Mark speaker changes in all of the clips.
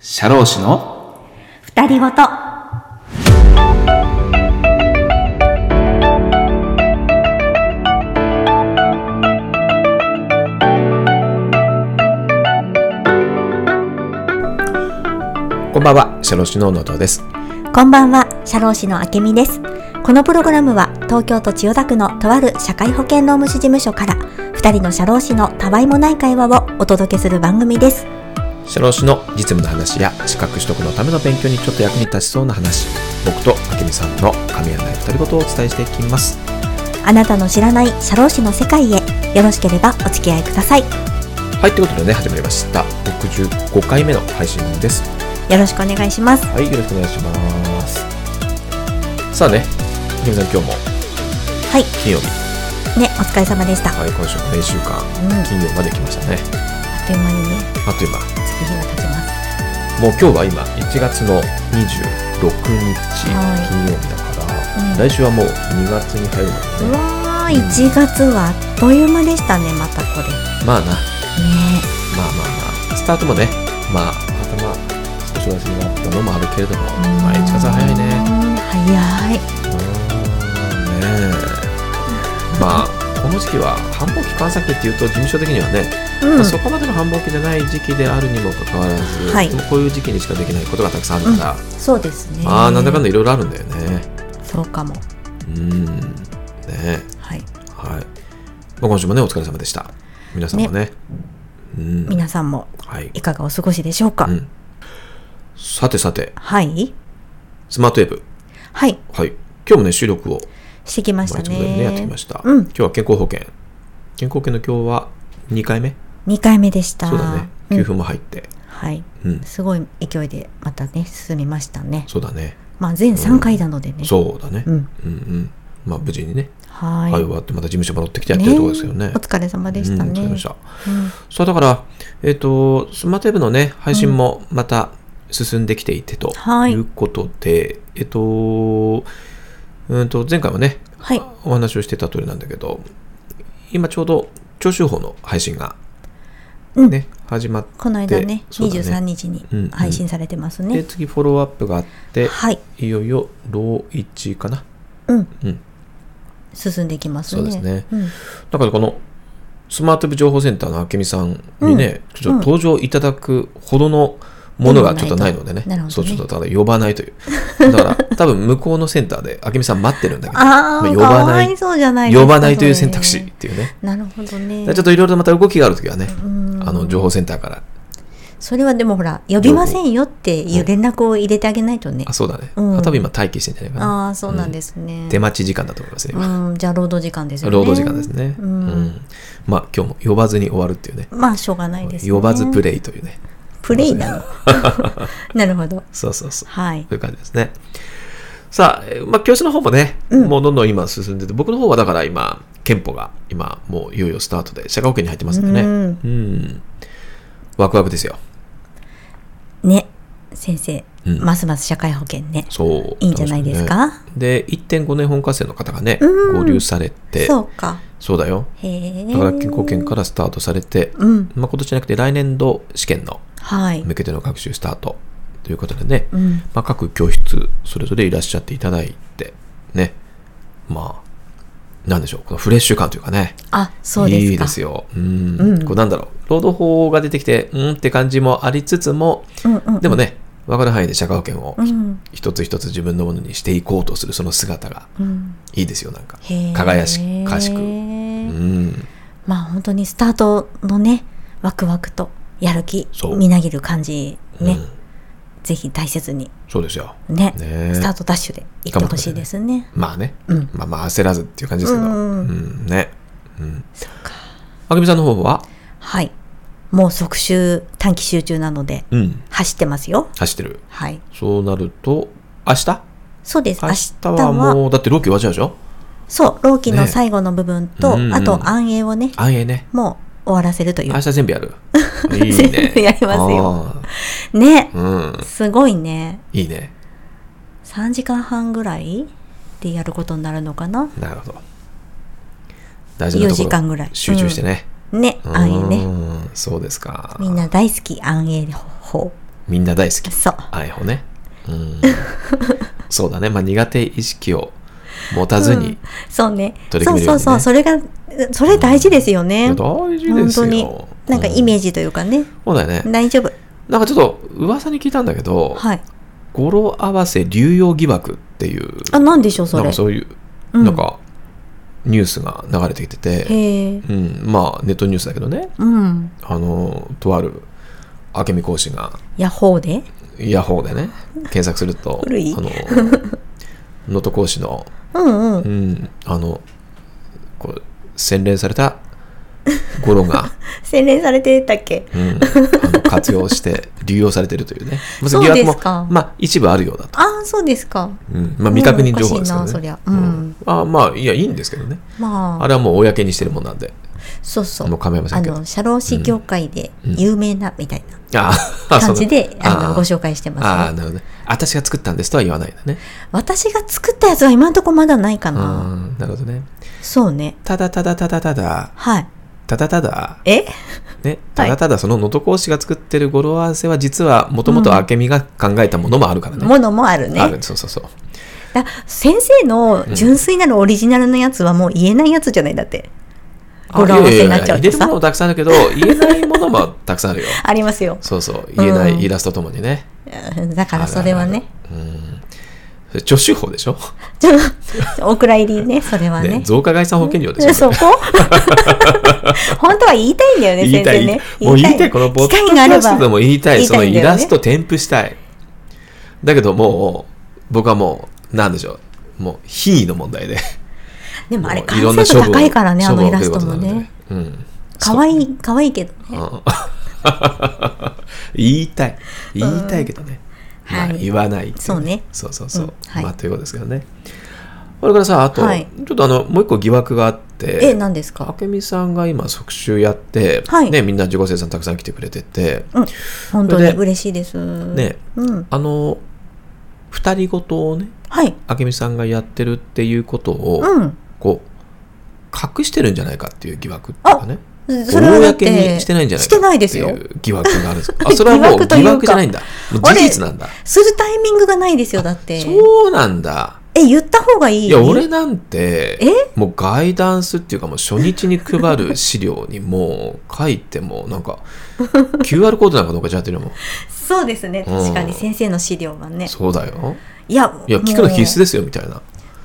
Speaker 1: 社労士の
Speaker 2: 二人ごと。
Speaker 3: こんばんは、社労士の野党です。
Speaker 2: こんばんは、社労士のあけみです。このプログラムは東京都千代田区のとある社会保険労務士事務所から二人の社労士のたわいもない会話をお届けする番組です。
Speaker 3: 社労士の実務の話や資格取得のための勉強にちょっと役に立ちそうな話、僕とあけみさんの神谷ない二人ごとをお伝えしていきます。
Speaker 2: あなたの知らない社労士の世界へよろしければお付き合いください。よ
Speaker 3: はい、ということでね、始まりました。65回目の配信です。
Speaker 2: ろしくお願いします。
Speaker 3: はい、よろしくお願いします。さあね、あけみさん今日も
Speaker 2: はい。
Speaker 3: 金曜日、
Speaker 2: ね、お疲れ様でした。
Speaker 3: はい、今週もね、1週間、
Speaker 2: うん
Speaker 3: 金曜まで来ましたね。
Speaker 2: あっという間にね、
Speaker 3: あっという間。
Speaker 2: 月日が経ちます。
Speaker 3: もう今日は今、1月の26日、
Speaker 2: はい
Speaker 3: 金曜日だから、
Speaker 2: うん
Speaker 3: 来週はもう2月に入るのでね
Speaker 2: う。わー、1月はあっという間でしたね、またこれ。ね
Speaker 3: まあな、まあまあまあ、スタートもね、まあ、頭、少しお休みがあったのもあるけれども、まあ、1月は早いね。
Speaker 2: う
Speaker 3: ね
Speaker 2: ん早い。
Speaker 3: えまあ、この時期は繁忙期間先っていうと、事務所的にはね、
Speaker 2: う
Speaker 3: ま
Speaker 2: ん
Speaker 3: あ、そこまでの繁忙期じゃない時期であるにもかかわらず、
Speaker 2: はい
Speaker 3: でもこういう時期にしかできないことがたくさんあるから、
Speaker 2: そうですね。
Speaker 3: まあ、なんだかんだいろいろあるんだよね。
Speaker 2: そうかも。
Speaker 3: うん、ねえ
Speaker 2: はい。
Speaker 3: はい。まあ、今週もね、お疲れ様でした。皆さんもね。うん、
Speaker 2: 皆さんも
Speaker 3: はい。
Speaker 2: いかがお過ごしでしょうか。
Speaker 3: うん、さてさて、
Speaker 2: はい。
Speaker 3: スマートウェブ。
Speaker 2: はい。
Speaker 3: はい。今日もね、収録を、
Speaker 2: してきまし
Speaker 3: まあ
Speaker 2: た
Speaker 3: 一部で
Speaker 2: ね。
Speaker 3: ね、やってきました。
Speaker 2: うん
Speaker 3: 今日は健康保険。健康保険の今日は2回目
Speaker 2: 2回目でした。
Speaker 3: そうだね。
Speaker 2: うん
Speaker 3: 給付も入って。
Speaker 2: はい。
Speaker 3: うん。
Speaker 2: すごい勢いでまたね、進みましたね。
Speaker 3: そうだね。
Speaker 2: まあ、全3回なのでね。
Speaker 3: そうだね。
Speaker 2: う
Speaker 3: うんんうん。まあ、無事にね、
Speaker 2: は。
Speaker 3: はいい、終わって、また事務所戻ってきてやってるところですけどね。
Speaker 2: えお疲れ様でした
Speaker 3: うん、お疲れ様
Speaker 2: ね。
Speaker 3: でした。
Speaker 2: うん
Speaker 3: そう、だから、えっ、と、スマートウェブのね、配信もまた進んできていてと
Speaker 2: はい
Speaker 3: いうことで、えっ、と、うんと、前回もね、
Speaker 2: はい。
Speaker 3: お話をしてた通りなんだけど、今ちょうど聴衆法の配信が
Speaker 2: うん
Speaker 3: ね、始まって、
Speaker 2: この間ね、
Speaker 3: そうだ
Speaker 2: 23日に
Speaker 3: うんうん
Speaker 2: 配信されてます
Speaker 3: で、
Speaker 2: ね。
Speaker 3: 次フォローアップがあって、
Speaker 2: はい。
Speaker 3: いよいよ、ロー1かな。
Speaker 2: うん。
Speaker 3: うん。
Speaker 2: 進んでいきますね。
Speaker 3: そうですね
Speaker 2: うん
Speaker 3: だからこの、スマートウェブ情報センターのあけみさんにね、ちょっと登場いただくほどのものがちょっとないのでね、
Speaker 2: うんなるほどね
Speaker 3: そう、ちょっとただ呼ばないという。だから、 多分向こうのセンターであけみさん待ってるんだけど、
Speaker 2: あ
Speaker 3: ま
Speaker 2: あ、
Speaker 3: あ
Speaker 2: か
Speaker 3: 呼ばな
Speaker 2: わ
Speaker 3: い
Speaker 2: いそうじゃないですか
Speaker 3: 呼ばないという選択肢っていうね。
Speaker 2: それなるほどね。
Speaker 3: だからちょっといろいろまた動きがあるときはね、
Speaker 2: うん
Speaker 3: あの、情報センターから、
Speaker 2: それはでもほら、呼びませんよっていう連絡を入れてあげないとね
Speaker 3: あ、。そうだね。
Speaker 2: うん
Speaker 3: あ多分今待機してんじゃないかな。
Speaker 2: ああ、そうなんですね。
Speaker 3: 出待ち時間だと思いますね。今
Speaker 2: うん、じゃあ労働時間ですよね。
Speaker 3: 労働時間ですね。
Speaker 2: う
Speaker 3: うんん。まあ、今日も呼ばずに終わるっていうね。
Speaker 2: まあ、しょうがないですね。
Speaker 3: 呼ばずプレイというね。
Speaker 2: プレイなの。 なるほど。
Speaker 3: そうそうそう。
Speaker 2: はい
Speaker 3: と。いう感じですね。さあ、えーまあ、教室の方もね、もうどんどん今進んでて、僕の方はだから今、憲法が今、もういよいよスタートで、社会保険に入ってますんでね。
Speaker 2: う
Speaker 3: うん
Speaker 2: ん。
Speaker 3: ワクワクですよ。
Speaker 2: ね、先生、
Speaker 3: うん
Speaker 2: ますます社会保険ね。
Speaker 3: そう。
Speaker 2: いいんじゃないですか
Speaker 3: 楽しみねで、1.5年本科生の方がね、
Speaker 2: うん
Speaker 3: 合流されて、
Speaker 2: そうか。
Speaker 3: そうだよ。
Speaker 2: へえ。
Speaker 3: だから健康保険からスタートされて、
Speaker 2: うん。
Speaker 3: まあ、今年じゃなくて来年度試験の
Speaker 2: はい。
Speaker 3: 向けての学習スタートということでね、
Speaker 2: うん。
Speaker 3: まあ、各教室それぞれいらっしゃっていただいて、ね、まあ、なんでしょう、このフレッシュ感というかね、
Speaker 2: あ、そうですか。
Speaker 3: いいですよ。うん。
Speaker 2: うん
Speaker 3: こうなんだろう、労働法が出てきて、うんって感じもありつつも、
Speaker 2: うんうん。
Speaker 3: でもね、わかる範囲で社会保険を
Speaker 2: うん。
Speaker 3: 一つ一つ自分のものにしていこうとするその姿が
Speaker 2: うん。
Speaker 3: いいですよ、なんか
Speaker 2: へえ。。
Speaker 3: 輝かしく。うん。
Speaker 2: まあ本当にスタートのねワクワクとやる気
Speaker 3: そう
Speaker 2: みなぎる感じね、
Speaker 3: うん
Speaker 2: ぜひ大切に
Speaker 3: そうですよ。
Speaker 2: ね
Speaker 3: ね
Speaker 2: スタートダッシュでいってほしいですね。
Speaker 3: まあね、
Speaker 2: うん
Speaker 3: まあまあ焦らずっていう感じですけど、
Speaker 2: う
Speaker 3: うんん、
Speaker 2: うん
Speaker 3: ね。うん。
Speaker 2: そうか
Speaker 3: あけみさんの方は、
Speaker 2: はいもう即集短期集中なので
Speaker 3: うん、
Speaker 2: 走ってますよ。
Speaker 3: 走ってる。
Speaker 2: はい
Speaker 3: そうなると、明日
Speaker 2: そうです
Speaker 3: 明
Speaker 2: 明
Speaker 3: 日
Speaker 2: 日
Speaker 3: は
Speaker 2: は
Speaker 3: もう、だってロケ終わっちゃうでしょ
Speaker 2: そう老期の最後の部分と、
Speaker 3: ね
Speaker 2: あ
Speaker 3: うんう
Speaker 2: と
Speaker 3: ん
Speaker 2: 安永をね
Speaker 3: あえね。
Speaker 2: もう終わらせるとい
Speaker 3: 明
Speaker 2: う
Speaker 3: 日全部やる。いいね。
Speaker 2: 全部やりますよ
Speaker 3: あ
Speaker 2: ね
Speaker 3: ー。うん。
Speaker 2: すごいね
Speaker 3: いいね。
Speaker 2: 3時間半ぐらいでやることになるのかな
Speaker 3: なるほど。大事なところ。
Speaker 2: 4時間ぐらい
Speaker 3: 集中してね。
Speaker 2: ね
Speaker 3: うん
Speaker 2: 安永ね。
Speaker 3: そうですか。
Speaker 2: みんな大好き安永法。
Speaker 3: みんな大好き。
Speaker 2: そう。
Speaker 3: あいほね。うん そうだね。まあ、苦手意識を持たず
Speaker 2: う
Speaker 3: に
Speaker 2: ん。そうね。
Speaker 3: 取り
Speaker 2: そ
Speaker 3: 組
Speaker 2: う
Speaker 3: めるよ
Speaker 2: そうう
Speaker 3: にね
Speaker 2: そう。それが、それ大事ですよ
Speaker 3: い
Speaker 2: ね。
Speaker 3: や大事ですよ。
Speaker 2: 本当に。なんかイ
Speaker 3: ージ。
Speaker 2: メージというかね。
Speaker 3: そうだよね。
Speaker 2: 大丈夫。
Speaker 3: なんかちょっと噂に聞いたんだけど、
Speaker 2: はい。
Speaker 3: 語呂合わせ流用疑惑っていう、
Speaker 2: あ、なんでしょう、そ
Speaker 3: なん
Speaker 2: れ
Speaker 3: か。そういう、
Speaker 2: うん
Speaker 3: なんかニュースが流れてきてて、
Speaker 2: へえ。
Speaker 3: うん、まあネットニュースだけどね、
Speaker 2: うん。
Speaker 3: あの、とある明美講師が
Speaker 2: ヤッホーで
Speaker 3: イヤホーでね、検索すると、
Speaker 2: 古い
Speaker 3: あの、能登講師の、
Speaker 2: うんう。
Speaker 3: うんん、あの、こう、洗練された語呂が、
Speaker 2: 洗練されてたっけ
Speaker 3: うん、あの活用して流用されてるというね。まあ
Speaker 2: そう
Speaker 3: 疑惑も
Speaker 2: ですか
Speaker 3: まあ、一部あるようだと。
Speaker 2: ああ、そうですか。
Speaker 3: うん、まあ、未確認情報ですけどね。
Speaker 2: うんおかしいなそりゃうん
Speaker 3: あまあ、いや、いいんですけどね。
Speaker 2: ま
Speaker 3: あ
Speaker 2: あ、
Speaker 3: れはもう公にしてるもんなんで。
Speaker 2: そうそう。
Speaker 3: もう構いませ
Speaker 2: あ
Speaker 3: んけど。
Speaker 2: の、社労士業界で有名なみたいな
Speaker 3: ああ、
Speaker 2: 感じで、
Speaker 3: そうだ
Speaker 2: あの、ご紹介して
Speaker 3: あ
Speaker 2: ま
Speaker 3: あ、
Speaker 2: すね。
Speaker 3: なるほどね。私が作ったんですとは言わないんだね。
Speaker 2: 私が作ったやつは今んとこまだないか
Speaker 3: う
Speaker 2: な。
Speaker 3: ん、なるほどね。
Speaker 2: そうね。
Speaker 3: ただただただただ、
Speaker 2: はい。
Speaker 3: ただただ、
Speaker 2: え
Speaker 3: ね、
Speaker 2: は
Speaker 3: た
Speaker 2: い
Speaker 3: だただその能登講師が作ってる語呂合わせは実はもともと明美が考えたものもあるからね。
Speaker 2: ものもあるね。
Speaker 3: ある、そうそうそう。
Speaker 2: だ先生の純粋なるオリジナルのやつはもう言えないやつじゃないだって
Speaker 3: あ
Speaker 2: 語呂合わせになっちゃう
Speaker 3: い
Speaker 2: と
Speaker 3: やいやいや入れるも
Speaker 2: さ
Speaker 3: のもたくさんあるけど、言えないものもたくさんあるよ。
Speaker 2: ありますよ
Speaker 3: そうそう、言えな
Speaker 2: うん
Speaker 3: いイラストともにね。
Speaker 2: うんだからそれはね
Speaker 3: あるあるある。うん。それ助手法でしょ
Speaker 2: ちょっとお蔵入りねそれはね
Speaker 3: ね増加害産保険料でしょ
Speaker 2: でそこ 本当は言いたいんだよね
Speaker 3: 言い
Speaker 2: 先
Speaker 3: たい
Speaker 2: 生ね。
Speaker 3: もう言いたい。このポッ
Speaker 2: 機
Speaker 3: ド
Speaker 2: 会があ
Speaker 3: キ
Speaker 2: れ
Speaker 3: ャストでも
Speaker 2: ば
Speaker 3: 言いたい。
Speaker 2: 言い
Speaker 3: そ
Speaker 2: た
Speaker 3: の
Speaker 2: いん
Speaker 3: イ
Speaker 2: だよね
Speaker 3: ラスト添付したい。だけどもう、僕はもう、なんでしょう。もう、品位の問題で。
Speaker 2: でもあれ
Speaker 3: もう
Speaker 2: 完成度高いからねあ
Speaker 3: 処分
Speaker 2: の
Speaker 3: を
Speaker 2: イ
Speaker 3: 受け
Speaker 2: ラ
Speaker 3: る
Speaker 2: ス
Speaker 3: こ
Speaker 2: ト
Speaker 3: と
Speaker 2: も
Speaker 3: になるの
Speaker 2: ね
Speaker 3: で。うん。
Speaker 2: 可愛い可愛いけどね
Speaker 3: うん 言いたい。言いたいけどね。まあ、
Speaker 2: はい
Speaker 3: 言わないってい
Speaker 2: そうね
Speaker 3: そうそうそう。
Speaker 2: うんはい
Speaker 3: まあ、ということですけどね。これからさ、あと、
Speaker 2: はい
Speaker 3: ちょっとあの、もう一個疑惑があって。
Speaker 2: え何ですか
Speaker 3: 明美さんが今即集やって、
Speaker 2: はい
Speaker 3: ね、みんな受講生さんたくさん来てくれてて、
Speaker 2: うん本当
Speaker 3: そ
Speaker 2: に
Speaker 3: れで
Speaker 2: 嬉しいです
Speaker 3: ね
Speaker 2: うん
Speaker 3: あの二人ごとをね
Speaker 2: はい
Speaker 3: 明美さんがやってるっていうことを、
Speaker 2: うん
Speaker 3: こう隠してるんじゃないかっていう疑惑っていうかね
Speaker 2: それはだっ
Speaker 3: 公
Speaker 2: て
Speaker 3: にしてないんじゃない
Speaker 2: して
Speaker 3: かっ
Speaker 2: ない
Speaker 3: て
Speaker 2: ですよ
Speaker 3: いう疑惑があるんですあそれはもう
Speaker 2: 疑惑というか
Speaker 3: 疑惑じゃないん だもう事実なんだ
Speaker 2: するタイミングがないですよだって
Speaker 3: そうなんだ
Speaker 2: え言った方がいい
Speaker 3: いや俺なんて
Speaker 2: え
Speaker 3: もうガイダンスっていうかもう初日に配る資料にもう書いてもなん か QR コードなんかどっかじゃってるよもん
Speaker 2: そうですね
Speaker 3: うん
Speaker 2: 確かに先生の資料はね
Speaker 3: そうだよ
Speaker 2: いや
Speaker 3: いや聞くの必須ですよみたいな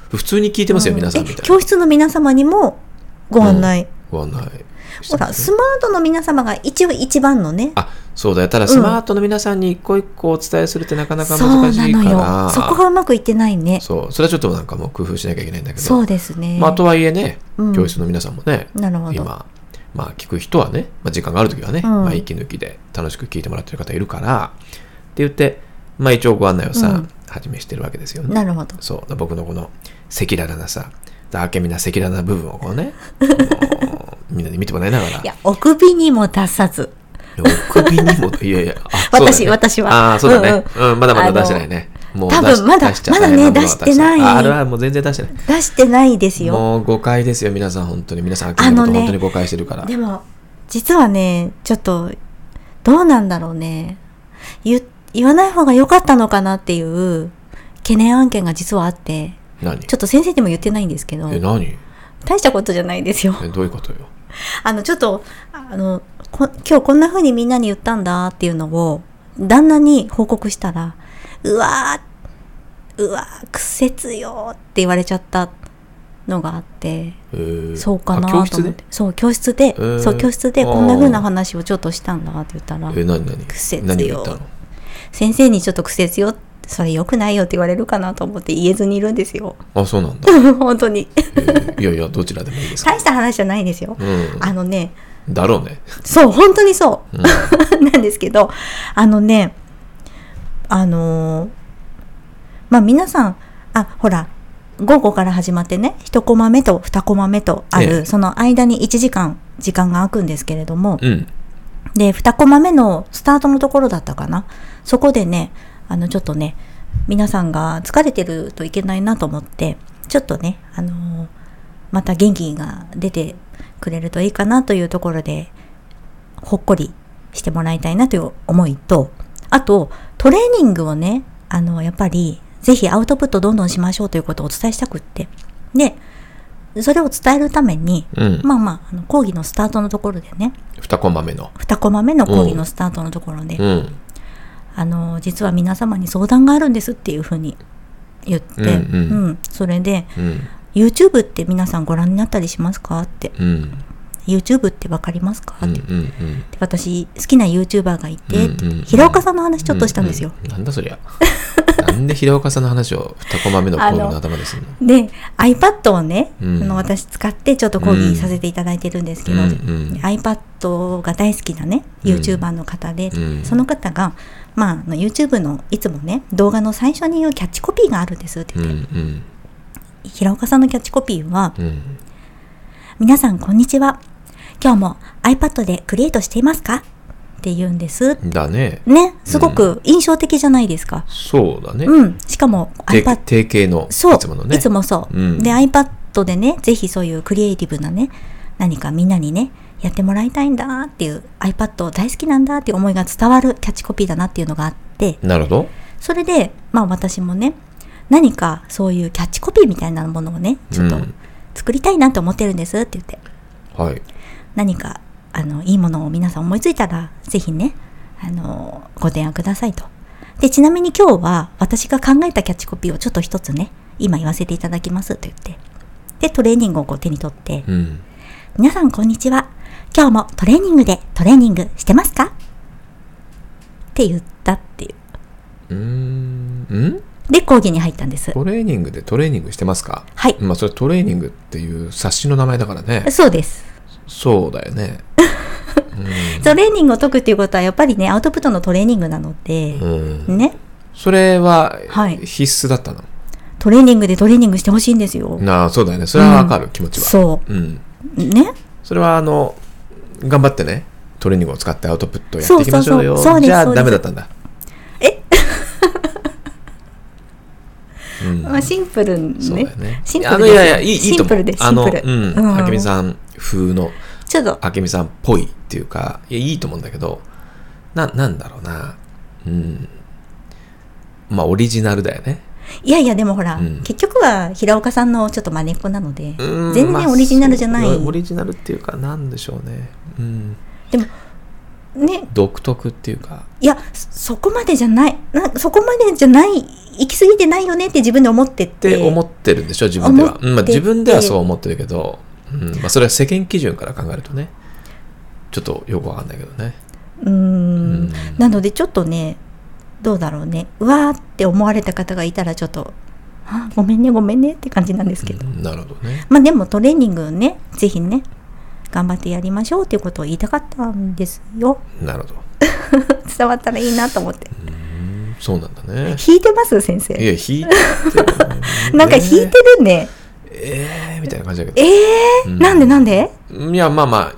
Speaker 3: 普通に聞いて
Speaker 2: で
Speaker 3: ますよ皆さんみたいな
Speaker 2: 教室の皆様にもご案内、
Speaker 3: ご案内して
Speaker 2: ほ
Speaker 3: ま
Speaker 2: ら
Speaker 3: す
Speaker 2: スマートの皆様が一応一番のね
Speaker 3: あそうだよただスマートの皆さんに一個一個お伝えするってなかなか難しいから、
Speaker 2: そうなのよそこがうまくいってないね
Speaker 3: そうそれはちょっとなんかもう工夫しなきゃいけないんだけど
Speaker 2: そうですね、
Speaker 3: まあ、とはいえね
Speaker 2: うん
Speaker 3: 教室の皆さんもね、
Speaker 2: なるほど
Speaker 3: 今まあ聞く人はね、まあ、時間がある時はね、
Speaker 2: うん
Speaker 3: まあ、息抜きで楽しく聞いてもらってる方いるからって言って、まあ、一応ご案内をさ、
Speaker 2: うん
Speaker 3: 始めしてるわけですよね
Speaker 2: なるほど
Speaker 3: そう僕のこの赤裸々なさだけみな赤裸々な部分をこう ねこうみんなに見てもらいながら
Speaker 2: いやお首にも出さず
Speaker 3: お首に も、いやいや、あそうだね
Speaker 2: 私私は
Speaker 3: ああ、そうだね、
Speaker 2: う
Speaker 3: うんまだまだ出してないね。もう
Speaker 2: 多分
Speaker 3: 出し
Speaker 2: まだ
Speaker 3: 出しちゃっ
Speaker 2: ま
Speaker 3: た
Speaker 2: だね
Speaker 3: もう
Speaker 2: 出してない
Speaker 3: ああれはもう全然出してない。
Speaker 2: 出してないですよ
Speaker 3: もう誤解ですよ、皆さん、本当に。皆さん、秋のこ
Speaker 2: あの
Speaker 3: と
Speaker 2: ね
Speaker 3: 本当に誤解してるから。
Speaker 2: でも実はねちょっとどうなんだろうね言言わない方が良かったのかなっていう懸念案件が実はあって
Speaker 3: 何
Speaker 2: ちょっと先生にも言ってないんですけど
Speaker 3: え、何
Speaker 2: 大したことじゃないですよ
Speaker 3: えどういうことよ。
Speaker 2: あのちょっとあのこ今日こんな風にみんなに言ったんだっていうのを旦那に報告したらうわーうわー屈折よーって言われちゃったのがあって
Speaker 3: えー
Speaker 2: そうかな
Speaker 3: あ
Speaker 2: と
Speaker 3: 教
Speaker 2: 思って
Speaker 3: 室で
Speaker 2: そう教室で、
Speaker 3: ー
Speaker 2: そう教室でこんな風な話をちょっとしたんだって言ったら
Speaker 3: え、何、何
Speaker 2: 屈折よ
Speaker 3: 何を言ったの
Speaker 2: 先生にちょっと屈折よそれ良くないよって言われるかなと思って言えずにいるんですよ
Speaker 3: あ、そうなんだ。
Speaker 2: 本当に
Speaker 3: えーいやいや、どちらでもいいですか
Speaker 2: 大した話じゃないですよ、
Speaker 3: うん。
Speaker 2: あのね
Speaker 3: だろうね。
Speaker 2: そう本当にそう
Speaker 3: うん
Speaker 2: なんですけどあのねあのーまあ皆さんあほら午後から始まってね1コマ目と2コマ目とある、
Speaker 3: ええ
Speaker 2: その間に1時間時間が空くんですけれども、
Speaker 3: うん。
Speaker 2: で2コマ目のスタートのところだったかなそこでねあのちょっとね皆さんが疲れてるといけないなと思ってちょっとねあのーまた元気が出てくれるといいかなというところでほっこりしてもらいたいなという思いとあと、トレーニングをね、あの、やっぱり、ぜひアウトプットどんどんしましょうということをお伝えしたくって。で、それを伝えるために、
Speaker 3: うん
Speaker 2: まあまあ、あの講義のスタートのところでね、
Speaker 3: 2コマ目の。
Speaker 2: 2コマ目の講義のスタートのところで、
Speaker 3: うん。
Speaker 2: あの、実は皆様に相談があるんですっていうふうに言って、
Speaker 3: うんうん
Speaker 2: うんそれで、
Speaker 3: うん。
Speaker 2: YouTube って皆さんご覧になったりしますかって、
Speaker 3: うん。
Speaker 2: YouTube ってわかりますかっ
Speaker 3: う
Speaker 2: て、
Speaker 3: ん。
Speaker 2: で
Speaker 3: うん。うん。
Speaker 2: 私、好きな YouTuber がいて、って
Speaker 3: うんうんうん
Speaker 2: 平岡さんの話ちょっとしたんですよ。
Speaker 3: ううなんだそりゃ。 なんで平岡さんの話を2コマ目のコールの頭でするの
Speaker 2: で iPad をね、
Speaker 3: うん
Speaker 2: あの私使ってちょっと講義させていただいてるんですけど、
Speaker 3: うんうん
Speaker 2: iPad が大好きなね
Speaker 3: うん
Speaker 2: YouTuber の方で、
Speaker 3: うん
Speaker 2: その方が、まあ、あの YouTube のいつもね動画の最初に言うキャッチコピーがあるんですって
Speaker 3: う
Speaker 2: 言って、
Speaker 3: ん。
Speaker 2: 平岡さんのキャッチコピーは
Speaker 3: うん。うん。
Speaker 2: 「皆さんこんにちは今日も iPad でクリエイトしていますか?」って言うんです。
Speaker 3: だね。
Speaker 2: ね、すごく印象的じゃないですか。
Speaker 3: そうだね。
Speaker 2: うん、しかも
Speaker 3: 定
Speaker 2: iPad
Speaker 3: 定型の
Speaker 2: そう。
Speaker 3: いつものね。
Speaker 2: そう。
Speaker 3: うん
Speaker 2: で、iPad でね、ぜひそういうクリエイティブなね、何かみんなにね、やってもらいたいんだっていう、iPad 大好きなんだっていう思いが伝わるキャッチコピーだなっていうのがあって、
Speaker 3: なるほど。
Speaker 2: それで、まあ私もね、何かそういうキャッチコピーみたいなものをね、ちょっと
Speaker 3: うん
Speaker 2: 作りたいなと思ってるんですって言って、
Speaker 3: はい。
Speaker 2: 何か、あの、いいものを皆さん思いついたら、ぜひね、あの、ご提案くださいと。で、ちなみに今日は私が考えたキャッチコピーをちょっと一つね、今言わせていただきますと言って。で、トレーニングをこう手に取って、
Speaker 3: うん。
Speaker 2: 皆さんこんにちは。今日もトレーニングでトレーニングしてますかって言ったっていう
Speaker 3: うーん。うん
Speaker 2: で、講義に入ったんです。
Speaker 3: トレーニングでトレーニングしてますか
Speaker 2: はい
Speaker 3: まあそれトレーニングっていう冊子の名前だからね。
Speaker 2: そうです。
Speaker 3: そうだよね。
Speaker 2: トレーニングを解くっていうことは、やっぱりね、アウトプットのトレーニングなので、
Speaker 3: うん。
Speaker 2: ね、
Speaker 3: それは
Speaker 2: はい
Speaker 3: 必須だったの。
Speaker 2: トレーニングでトレーニングしてほしいんですよ。
Speaker 3: なあ、そうだよね。それはわかる、気持ちは。
Speaker 2: そ
Speaker 3: うん。
Speaker 2: う。ね。
Speaker 3: それはあの、頑張ってね、トレーニングを使ってアウトプットをやっていきましょうよ。
Speaker 2: そうそうそうそうです
Speaker 3: じゃあ
Speaker 2: そうです
Speaker 3: ダメだったんだ。え、うん、
Speaker 2: まあ、シンプルね。
Speaker 3: そうだよね。
Speaker 2: シンプ
Speaker 3: あ
Speaker 2: ル
Speaker 3: のい
Speaker 2: ですよ
Speaker 3: やいや、いい、いいと
Speaker 2: シンプ
Speaker 3: 思う
Speaker 2: ルです。
Speaker 3: あ
Speaker 2: シン
Speaker 3: の、う
Speaker 2: プル。
Speaker 3: ん、あけみさん風の、
Speaker 2: ちょっと、
Speaker 3: あけみさんっぽいっていうか、いや、いいと思うんだけど、な、なんだろうな。うん。まあ、オリジナルだよね。
Speaker 2: いやいや、でもほら、
Speaker 3: うん
Speaker 2: 結局は平岡さんのちょっと真似っこなので、
Speaker 3: うん
Speaker 2: 全
Speaker 3: ま
Speaker 2: 然
Speaker 3: あ
Speaker 2: オリジナルじゃない。
Speaker 3: そうオリジナルっていうか、なんでしょうね。うん。
Speaker 2: でも、ね、
Speaker 3: 独特っていうか。
Speaker 2: いや、そそこまでじゃない。なそこまでじゃない、行き過ぎてないよねって自分で思って。
Speaker 3: ってて思ってるんでしょ、自分では
Speaker 2: 思っ。て
Speaker 3: うんまあ、自分ではそう思ってるけど、うんまあ、それは世間基準から考えるとね、ちょっとよくわかんないけどね。
Speaker 2: うーん
Speaker 3: うん
Speaker 2: なので、ちょっとね、どうだろうね。うわーって思われた方がいたら、ちょっと、あごめんね、ごめんねって感じなんですけど。
Speaker 3: うんなるほどね。
Speaker 2: まあでもトレーニングをね、ぜひね、頑張ってやりましょうっていうことを言いたかったんですよ。
Speaker 3: なるほど。
Speaker 2: 伝わったらいいなと思って。
Speaker 3: うんそうなんだね。
Speaker 2: 弾いてます先
Speaker 3: い
Speaker 2: 生。
Speaker 3: や、引いてるよね
Speaker 2: なんか弾いてるね。
Speaker 3: えーみたいな感じだけ
Speaker 2: え
Speaker 3: ど。
Speaker 2: えー、なんでなんで
Speaker 3: いや、まあま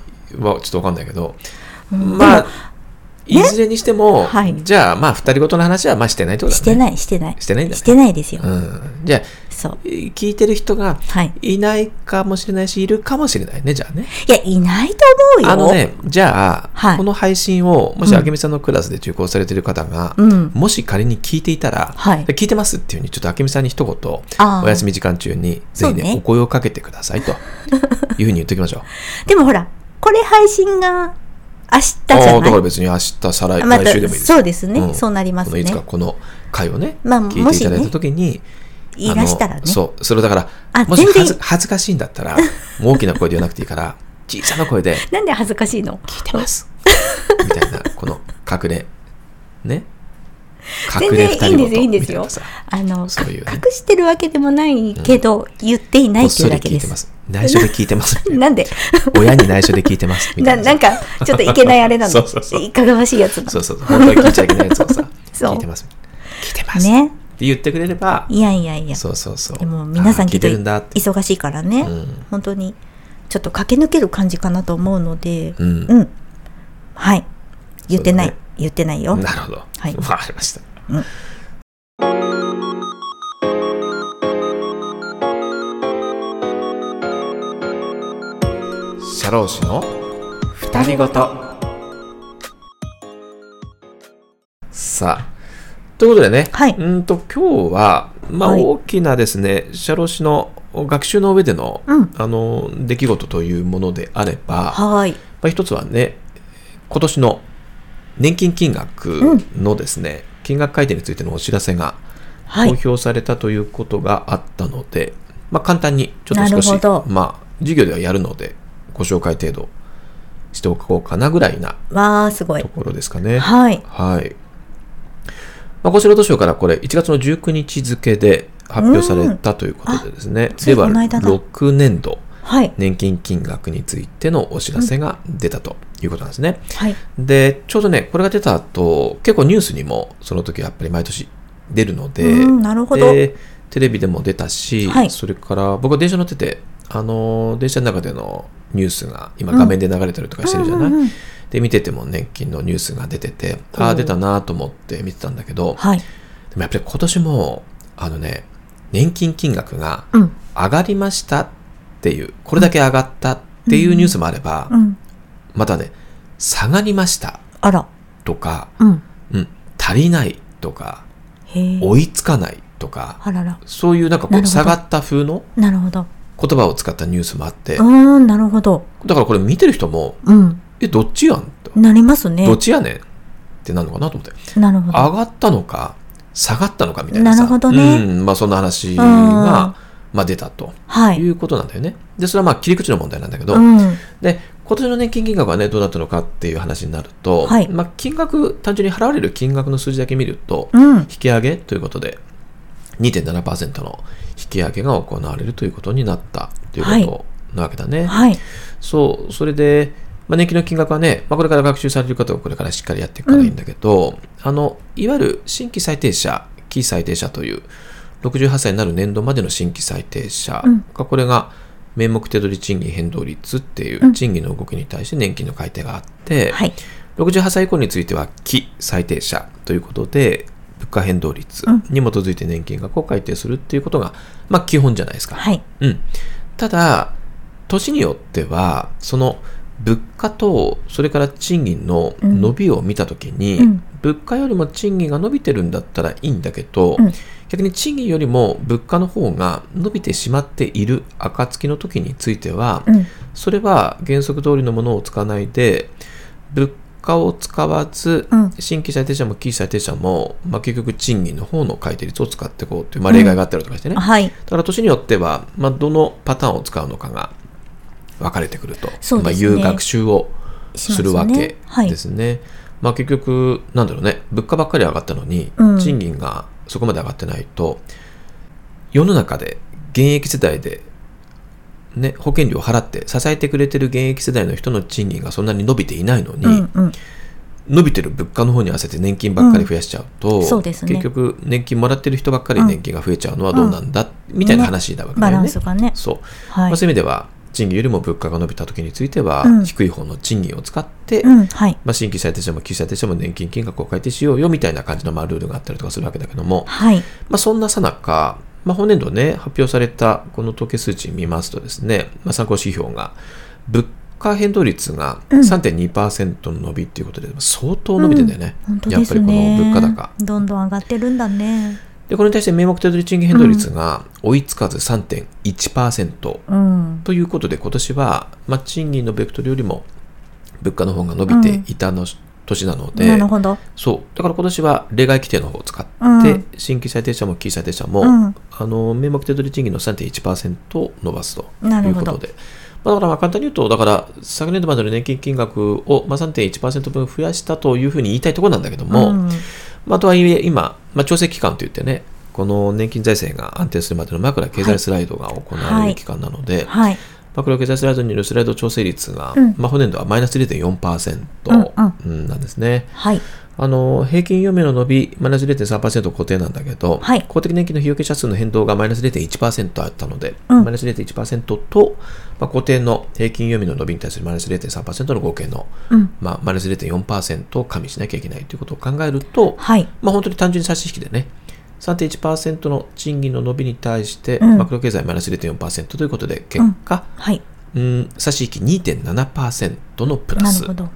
Speaker 3: あ、わちょっとわかんないけど、ま
Speaker 2: んで
Speaker 3: あ、いずれにしても、
Speaker 2: はい
Speaker 3: じゃあ、まあ、二人ごとの話は、まあ、してないってことだね。
Speaker 2: して
Speaker 3: い。
Speaker 2: ない、してない。
Speaker 3: してないんだね
Speaker 2: してないですよ。
Speaker 3: うん。じゃあ、
Speaker 2: そう。
Speaker 3: 聞いてる人が
Speaker 2: はい。
Speaker 3: いないかもしれないし、いるかもしれないね、じゃあね。
Speaker 2: いや、いないと思うよ。
Speaker 3: あのね、じゃあ、
Speaker 2: はい
Speaker 3: この配信を、も
Speaker 2: う
Speaker 3: し、
Speaker 2: ん
Speaker 3: あけみさんのクラスで受講されてる方が、
Speaker 2: うん
Speaker 3: もし仮に聞いていたら、
Speaker 2: はい
Speaker 3: 聞いてますっていうふうに、ちょっとあけみさんに一言、
Speaker 2: あー
Speaker 3: お休み時間中に、ぜひね
Speaker 2: そうね
Speaker 3: お声をかけてくださいというふうに言っておきましょう。
Speaker 2: でもほら、これ配信が明日じ
Speaker 3: あ
Speaker 2: ゃ
Speaker 3: あ
Speaker 2: な
Speaker 3: ー、だから
Speaker 2: い
Speaker 3: 別に明日、再来、
Speaker 2: また
Speaker 3: 来週でもいいです。
Speaker 2: そうですねそうなります
Speaker 3: この
Speaker 2: ね
Speaker 3: いつかこの回をね、
Speaker 2: まあ
Speaker 3: 聞いていただいた時に、
Speaker 2: いらしたらね
Speaker 3: あのそう、それだから、
Speaker 2: あ
Speaker 3: もし
Speaker 2: 全然
Speaker 3: 恥ず恥ずかしいんだった ら、もう大きな声で言わなくていいから、小さな声で、
Speaker 2: なんで恥ずかしいの
Speaker 3: 聞いてます。みたいな、この隠れ、ね。
Speaker 2: 全然いいんですよ、いいんですよ
Speaker 3: みたいなさ。
Speaker 2: あの、
Speaker 3: そう
Speaker 2: か
Speaker 3: いうね
Speaker 2: 隠してるわけでもないけど、言っていな
Speaker 3: こ
Speaker 2: い
Speaker 3: っ
Speaker 2: ってい
Speaker 3: そうり
Speaker 2: だけ
Speaker 3: 聞
Speaker 2: で。
Speaker 3: いてますす。内緒で聞いてます。
Speaker 2: なんで
Speaker 3: 親に内緒で聞いてます。みた
Speaker 2: ない
Speaker 3: な
Speaker 2: なんか、ちょっといけないあれな の。
Speaker 3: そうそうそう
Speaker 2: いかがわしいやつなの
Speaker 3: そうそうそう。本当に聞いちゃいけないやつをさ、
Speaker 2: そう
Speaker 3: 聞いてます。聞いてます。
Speaker 2: ね
Speaker 3: って言ってくれれば、
Speaker 2: いやいやいや。
Speaker 3: そうそうそう。
Speaker 2: でも皆さん
Speaker 3: あー聞
Speaker 2: きっ
Speaker 3: い
Speaker 2: と
Speaker 3: てるんだって。
Speaker 2: 忙しいからね、
Speaker 3: うん
Speaker 2: 本当にちょっと駆け抜ける感じかなと思うので、
Speaker 3: うん
Speaker 2: うはい言ってない、
Speaker 3: そうだ
Speaker 2: 言ってないよ。
Speaker 3: なるほど。
Speaker 2: はい
Speaker 3: わかりました。
Speaker 2: うん
Speaker 3: 社労士の二人ごと。さあ、ということでね、
Speaker 2: はいう
Speaker 3: ーんと今日は、まあ、
Speaker 2: はい
Speaker 3: 大きなですね、社労士の学習の上での、
Speaker 2: うん
Speaker 3: あの出来事というものであれば、ま
Speaker 2: はい。
Speaker 3: あ、一つはね、今年の年金金額のですね、金額改定についてのお知らせが
Speaker 2: は
Speaker 3: 公
Speaker 2: い。
Speaker 3: 表されたということがあったので、まあ、簡単にちょっと少し
Speaker 2: なるほど
Speaker 3: まあ、授業ではやるのでご紹介程度しておこうかなぐらいな
Speaker 2: わー、すごい
Speaker 3: と。ころですかね。
Speaker 2: はい。
Speaker 3: はい。まあ、こちら図書からこれ1月の19日付で発表されたということでですね、
Speaker 2: つ
Speaker 3: で
Speaker 2: い
Speaker 3: は
Speaker 2: この間だ
Speaker 3: 6年度
Speaker 2: はい。
Speaker 3: 年金金額についてのお知らせが出たということなんですね。
Speaker 2: はい。
Speaker 3: で、ちょうどね、これが出た後、結構ニュースにもその時はやっぱり毎年出るので、
Speaker 2: うんなるほど
Speaker 3: でテレビでも出たし、
Speaker 2: はい
Speaker 3: それから僕は電車乗ってて、あのー電車の中でのニュースが今画面で流れたりとかしてるじゃない、
Speaker 2: うんうんうん
Speaker 3: で、見てても年金のニュースが出てて、あ
Speaker 2: お
Speaker 3: あ、
Speaker 2: う
Speaker 3: 出たなと思って見てたんだけど、
Speaker 2: はい。
Speaker 3: でもやっぱり今年も、あのね、年金金額が
Speaker 2: うん。
Speaker 3: 上がりましたっていう、これだけ上がったっていうニュースもあれば、
Speaker 2: うん。
Speaker 3: またね、下がりました
Speaker 2: あら。
Speaker 3: とか、
Speaker 2: うん。
Speaker 3: うん、足りないとか、
Speaker 2: へえ。
Speaker 3: 追いつかないとか、
Speaker 2: あらら。
Speaker 3: そういうなんかこ
Speaker 2: な
Speaker 3: う
Speaker 2: るほど
Speaker 3: 下がった風の
Speaker 2: なるほど。
Speaker 3: 言葉を使ったニュースもあって
Speaker 2: う、ーん、なるほど。
Speaker 3: だからこれ見てる人も、
Speaker 2: うん。
Speaker 3: え、どっちやんと
Speaker 2: なりますね
Speaker 3: どっ。ちやねんってなるのかなと思って、
Speaker 2: なるほど。
Speaker 3: 上がったのか、下がったのかみたいなさ。
Speaker 2: なるほどね
Speaker 3: うん、まあそんな話が、
Speaker 2: うん
Speaker 3: まあ出たと
Speaker 2: はいい。
Speaker 3: うことなんだよね。で、それはまあ切り口の問題なんだけど、
Speaker 2: うん。
Speaker 3: で、今年の年金金額はね、どうなったのかっていう話になると、
Speaker 2: はい
Speaker 3: まあ金額、単純に払われる金額の数字だけ見ると、
Speaker 2: うん
Speaker 3: 引。き上げということで、2.7%の引き上げが行われるということになったということなわけだね。
Speaker 2: はい。
Speaker 3: そう、それで、まあ、年金の金額はね、まあ、これから学習される方はこれからしっかりやっていくからいいんだけど、あの、いわゆる新規最低者、非最低者という、68歳になる年度までの新規最低者が、
Speaker 2: うん
Speaker 3: これが名目手取り賃金変動率っていう賃金の動きに対して年金の改定があって、
Speaker 2: はい。
Speaker 3: 68歳以降については、期最低者ということで、物価変動率
Speaker 2: うん
Speaker 3: に基づいて年金額を改定するっていうことが、まあ基本じゃないですか。
Speaker 2: はい。
Speaker 3: うん。ただ、年によっては、その物価と、それから賃金の
Speaker 2: うん
Speaker 3: 伸びを見たときに、
Speaker 2: うん
Speaker 3: 物価よりも賃金が伸びてるんだったらいいんだけど、
Speaker 2: うん
Speaker 3: 逆に賃金よりも物価の方が伸びてしまっている暁の時については、
Speaker 2: うん。
Speaker 3: それは原則通りのものを使わないで、物価を使わず、
Speaker 2: うん
Speaker 3: 新規最低者も非最低者も、まあ、結局賃金の方の改定率を使っていこうという、まあ、例外があったりとかしてね、
Speaker 2: はい。
Speaker 3: だから年によっては、まあ、どのパターンを使うのかが分かれてくると、
Speaker 2: そう
Speaker 3: まあ、
Speaker 2: です
Speaker 3: い
Speaker 2: ね
Speaker 3: う学習をするわけで
Speaker 2: し
Speaker 3: すね。まあ、結局、なんだろうね、物価ばっかり上がったのに、
Speaker 2: うん
Speaker 3: 賃金がそこまで上がってないと、世の中で現役世代で、ね、保険料を払って支えてくれてる現役世代の人の賃金がそんなに伸びていないのに、
Speaker 2: ますねはいうんうん。
Speaker 3: 伸びてる物価の方に合わせて年金ばっかり増やしちゃうと、
Speaker 2: うんそうですね
Speaker 3: 結局年金もらってる人ばっかり年金が増えちゃうのはどうなんだ、みたいな話だわけだ
Speaker 2: バ
Speaker 3: よ
Speaker 2: ラ
Speaker 3: ね。
Speaker 2: ンスがね。
Speaker 3: そう、
Speaker 2: は
Speaker 3: ま
Speaker 2: い
Speaker 3: あ、。そういう意味では賃金よりも物価が伸びた時については、
Speaker 2: うん
Speaker 3: 低い方の賃金を使って、
Speaker 2: うん。はい。
Speaker 3: まあ、新規最低者も旧最低者も年金金額を改定しようよみたいな感じのまあルールがあったりとかするわけだけども、
Speaker 2: はい。
Speaker 3: まあ、そんなさなか、まあ、本年度ね、発表されたこの統計数値見ますとですね、まあ、参考指標が、物価変動率が
Speaker 2: うん
Speaker 3: 3.2%の伸びっていうことで、相当伸びてんだよね、
Speaker 2: 本当
Speaker 3: や
Speaker 2: で
Speaker 3: っぱ
Speaker 2: す
Speaker 3: りこの
Speaker 2: ね。
Speaker 3: 物価高。
Speaker 2: どんどん上がってるんだね。
Speaker 3: で、これに対して名目手取り賃金変動率が追いつかず3.1%。
Speaker 2: うん。
Speaker 3: ということで、今年は、まあ、賃金のベクトルよりも物価の方が伸びていたの、年なので、
Speaker 2: なるほど。
Speaker 3: そう。だから今年は例外規定の方を使って、
Speaker 2: うん
Speaker 3: 新規最低者も非最低者も、
Speaker 2: うん
Speaker 3: あの、名目手取り賃金の3.1%を伸ばすと
Speaker 2: ないる
Speaker 3: う
Speaker 2: ほ
Speaker 3: こ
Speaker 2: ど
Speaker 3: とで。まあ、だからまあ簡単に言うと、だから昨年度までの年金金額を、まあ、3.1%分増やしたというふうに言いたいところなんだけども、
Speaker 2: うん
Speaker 3: まあ、とはいえ今、まあ、調整期間といってね、この年金財政が安定するまでの枕経済スライドが行われる期間なので、
Speaker 2: はい。
Speaker 3: マクロ経済スライドによるスライド調整率が、
Speaker 2: うん
Speaker 3: まあ、本年度はマイナス0.4%、
Speaker 2: うん
Speaker 3: うんなんですね。
Speaker 2: はい。
Speaker 3: あの平均余命の伸び、マイナス0.3%固定なんだけど、
Speaker 2: はい
Speaker 3: 公的年金の被用者者数の変動がマイナス0.1%あったので、
Speaker 2: うん
Speaker 3: マイナス0.1%と、まあ、固定の平均余命の伸びに対するマイナス0.3%の合計の、
Speaker 2: うん。
Speaker 3: まあ、マイナス0.4%を加味しなきゃいけないということを考えると、
Speaker 2: はい。
Speaker 3: まあ、本当に単純に差し引きでね、3.1%の賃金の伸びに対して、
Speaker 2: うん
Speaker 3: マクロ経済マイナス0.4%ということで、結果、
Speaker 2: はい。
Speaker 3: うん、差し引き2.7%のプラ
Speaker 2: な
Speaker 3: ス
Speaker 2: るほど。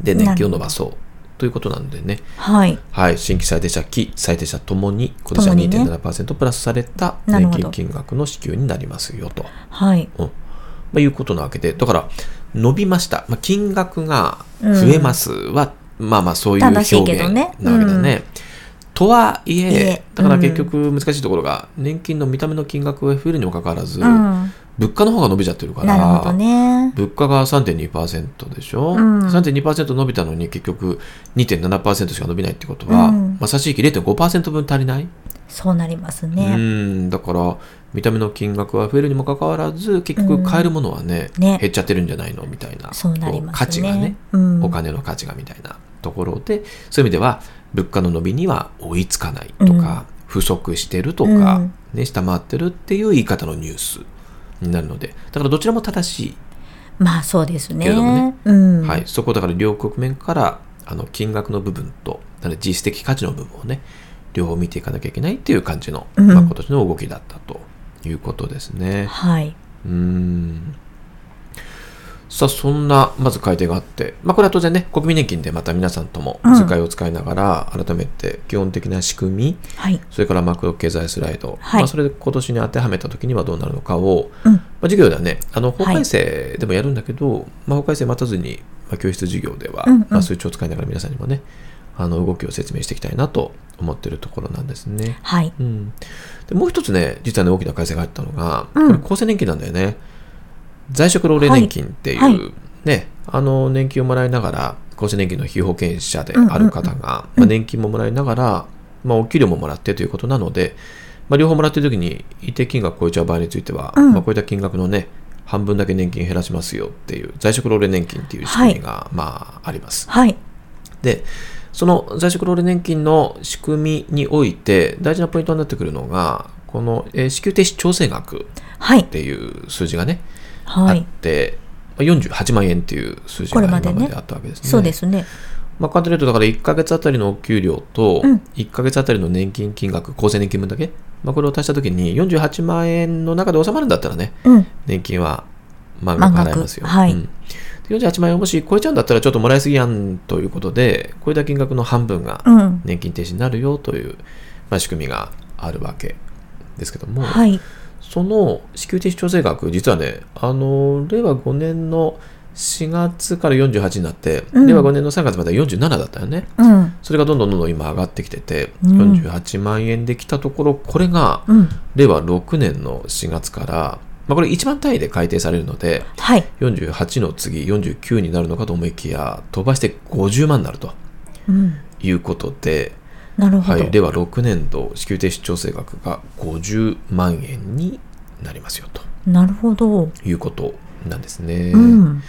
Speaker 3: で年金を伸ばそうということなんでね、
Speaker 2: はい。
Speaker 3: はい、新規最低者、期最低者ともに、今年は
Speaker 2: ともにね
Speaker 3: 2.7%プラスされた
Speaker 2: なる
Speaker 3: 年
Speaker 2: ほど
Speaker 3: 金金額の支給になりますよと、
Speaker 2: はい。
Speaker 3: うんまあ、いうことなわけで、だから、伸びました、まあ、金額が増えますは、まあまあ、そういう表
Speaker 2: 正しいけ
Speaker 3: 現
Speaker 2: ど
Speaker 3: なわ
Speaker 2: ね
Speaker 3: けだね。とはい
Speaker 2: い
Speaker 3: え
Speaker 2: え、
Speaker 3: だから結局難しいところが、年金の見た目の金額が増えるにもかかわらず、
Speaker 2: うん。
Speaker 3: 物価の方が伸びちゃってるから、
Speaker 2: なるほどね。
Speaker 3: 物価が3.2%でしょ、
Speaker 2: うん
Speaker 3: 3.2%伸びたのに結局2.7%しか伸びないってことは、
Speaker 2: うん
Speaker 3: まあ、差し引き0.5%分足りない、
Speaker 2: そうなります
Speaker 3: う
Speaker 2: ね。
Speaker 3: んだから見た目の金額は増えるにもかかわらず結局買えるものはね,、
Speaker 2: うんね
Speaker 3: 減っちゃってるんじゃないのみたいな
Speaker 2: そうなり
Speaker 3: こ
Speaker 2: ますね。
Speaker 3: う価値がね、
Speaker 2: うん、
Speaker 3: お金の価値がみたいなところでそういう意味では物価の伸びには追いつかないとか、不足してるとか、
Speaker 2: うん
Speaker 3: ね、下回ってるっていう言い方のニュースになるのでだからどちらも正しい
Speaker 2: まあそうですね。
Speaker 3: けれどもね
Speaker 2: うん。
Speaker 3: はい、そこだから両局面からあの金額の部分となので実質的価値の部分をね両方見ていかなきゃいけないっていう感じの、
Speaker 2: うん
Speaker 3: まあ、今年の動きだったということですね。
Speaker 2: はい。
Speaker 3: うーんさあそんなまず改定があって、まあ、これは当然ね国民年金でまた皆さんとも
Speaker 2: うん
Speaker 3: 図解を使いながら改めて基本的な仕組み、
Speaker 2: はい。
Speaker 3: それからマクロ経済スライド、
Speaker 2: はい
Speaker 3: まあ、それで今年に当てはめた時にはどうなるのかを、
Speaker 2: うん
Speaker 3: まあ、授業ではねあの法
Speaker 2: はい
Speaker 3: 改正でもやるんだけど、まあ、法改正待たずに、まあ、教室授業では、
Speaker 2: うんうん
Speaker 3: まあ、数値を使いながら皆さんにもねあの動きを説明していきたいなと思ってるところなんですね。
Speaker 2: はい。
Speaker 3: うん、でもう一つね実はね大きな改正があったのが、
Speaker 2: うん
Speaker 3: これ厚生年金なんだよね在職老齢年金っていう、
Speaker 2: はいは
Speaker 3: ねあの年金をもらいながら厚生年金の被保険者で
Speaker 2: うんうんうん
Speaker 3: ある方が、まあ、年金ももらいながら、まあ、お給料ももらってということなので、まあ、両方もらってる時に一定金額を超えちゃう場合については、
Speaker 2: うん
Speaker 3: まあ、こういった金額のね半分だけ年金減らしますよっていう在職老齢年金っていう仕組みが、まああります。
Speaker 2: はい。
Speaker 3: でその在職老齢年金の仕組みにおいて大事なポイントになってくるのがこの、えー支給停止調整額っ
Speaker 2: はい。
Speaker 3: ていう数字がね、
Speaker 2: は
Speaker 3: あっ
Speaker 2: い。
Speaker 3: てまあ48万円っていう数字が
Speaker 2: これ
Speaker 3: 今ま
Speaker 2: までね
Speaker 3: であったわけですね。
Speaker 2: そうですね。
Speaker 3: まあ、簡単に言うとだから1ヶ月あたりのお給料と
Speaker 2: うん
Speaker 3: 1ヶ月あたりの年金金額厚生年金分だけ、まあ、これを足した時に48万円の中で収まるんだったらね
Speaker 2: うん。
Speaker 3: 年金は満
Speaker 2: 満
Speaker 3: 額
Speaker 2: 額
Speaker 3: 払いますよ。
Speaker 2: はい
Speaker 3: うんで48万円をもし超えちゃうんだったらちょっともらいすぎやんということで超えた金額の半分が
Speaker 2: うん。
Speaker 3: 年金停止になるよという、まあ、仕組みがあるわけですけども、
Speaker 2: はい。
Speaker 3: その支給停止調整額実はねあの令和5年の4月から48になって、
Speaker 2: うん
Speaker 3: 令和5年の3月までは47だったよね
Speaker 2: うん。
Speaker 3: それがどんどんどんどん今上がってきてて、
Speaker 2: うん
Speaker 3: 48万円できたところこれが
Speaker 2: うん。
Speaker 3: 令和6年の4月から、まあ、これ1番単位で改定されるので
Speaker 2: はい。
Speaker 3: 48の次49になるのかと思いきや飛ばして50万になると
Speaker 2: うん。
Speaker 3: いうことで、
Speaker 2: なるほ
Speaker 3: は
Speaker 2: ど
Speaker 3: い、。令和6年度支給停止調整額が50万円になりますよと
Speaker 2: なるほど。
Speaker 3: いうことなんですね。
Speaker 2: うん。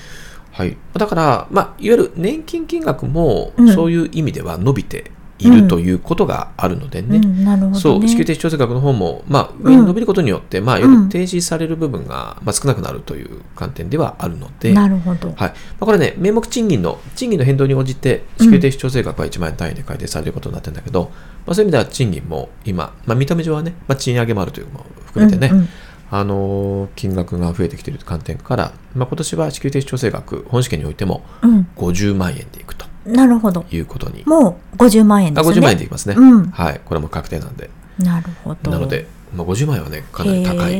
Speaker 3: はい、だから、まあ、いわゆる年金金額も
Speaker 2: うん
Speaker 3: そういう意味では伸びているということがあるのでね、
Speaker 2: うんなるほどね。
Speaker 3: そう、支給停止調整額の方も、まあ、上に伸びることによって、まあ、よ
Speaker 2: う
Speaker 3: り
Speaker 2: ん
Speaker 3: 停止される部分が、まあ、少なくなるという観点ではあるので、はい。
Speaker 2: なるほど。
Speaker 3: まあ、これね、名目賃金の、賃金の変動に応じて、支給停止調整額は1万円単位で改定されることになってるんだけど、まあ、そういう意味では賃金も今、まあ、見た目上はね、まあ、賃上げもあるというのも含めてね、
Speaker 2: うんうん
Speaker 3: あのー金額が増えてきている観点から、まあ、今年は支給停止調整額、本試験においても
Speaker 2: うん。
Speaker 3: 50万円でいくと
Speaker 2: なるほど。
Speaker 3: いうことに、
Speaker 2: もう50万円
Speaker 3: あ
Speaker 2: ですね。
Speaker 3: 50万円でいきますね。
Speaker 2: うん
Speaker 3: はい、これも確定なんで。
Speaker 2: なるほど。
Speaker 3: なので、まあ、50万円はね、かなり高い
Speaker 2: へ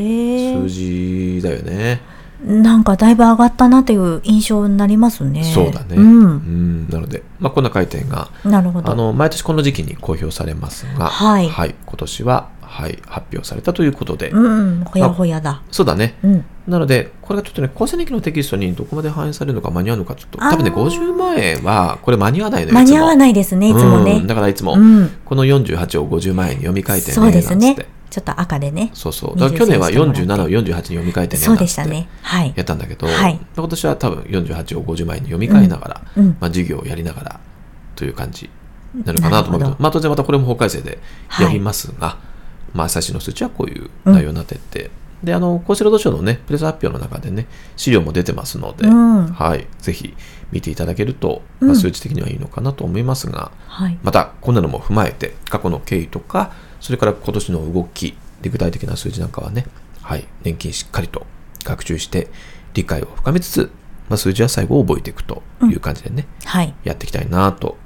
Speaker 2: ー
Speaker 3: 数字だよね。
Speaker 2: なんかだいぶ上がったなという印象になりますね。
Speaker 3: そうだね。
Speaker 2: うん。
Speaker 3: んなので、まあ、こんな改定が、
Speaker 2: なるほ
Speaker 3: あ
Speaker 2: ど。
Speaker 3: の、毎年この時期に公表されますが、
Speaker 2: はい
Speaker 3: 今年は、はい、発表されたということで、
Speaker 2: うん。ほやほやだ。
Speaker 3: そうだね。
Speaker 2: うん。
Speaker 3: なので、これがちょっとね、厚生年金のテキストにどこまで反映されるのか間に合うのか、ちょっと、多分ね、
Speaker 2: あー
Speaker 3: 50万円は、これ間に合わないのよ、
Speaker 2: 間に合わ
Speaker 3: い
Speaker 2: ないですね、い
Speaker 3: つも
Speaker 2: つも
Speaker 3: うん
Speaker 2: ね。
Speaker 3: だからいつも、
Speaker 2: うん。
Speaker 3: この48を50万円に読み替えてね、
Speaker 2: そうです
Speaker 3: なんつ
Speaker 2: ね
Speaker 3: って。
Speaker 2: ちょっと赤でね。
Speaker 3: そうそう。だから去年は47を48に読み替えてね。
Speaker 2: そうでした
Speaker 3: なんつって
Speaker 2: ね。はい
Speaker 3: や。ったんだけど、
Speaker 2: はい
Speaker 3: 今年は多分48を50枚に読み替えながら、
Speaker 2: うんうん
Speaker 3: まあ、授業をやりながらという感じになるかなと思うけど
Speaker 2: なるほど
Speaker 3: まあ、当然またこれも法改正で
Speaker 2: はい
Speaker 3: やりますが、まあ、最新の数値はこういう内容になってって、であの厚生労働省の、ね、プレス発表の中でね資料も出てますので、
Speaker 2: うん
Speaker 3: はい、ぜひ見ていただけると、
Speaker 2: うん
Speaker 3: まあ、数値的にはいいのかなと思いますが、
Speaker 2: はい。
Speaker 3: またこんなのも踏まえて過去の経緯とかそれから今年の動きで具体的な数字なんかはね、はい、年金しっかりと学習して理解を深めつつ、まあ、数字は最後覚えていくという感じでね、
Speaker 2: はい。
Speaker 3: やっていきたいなと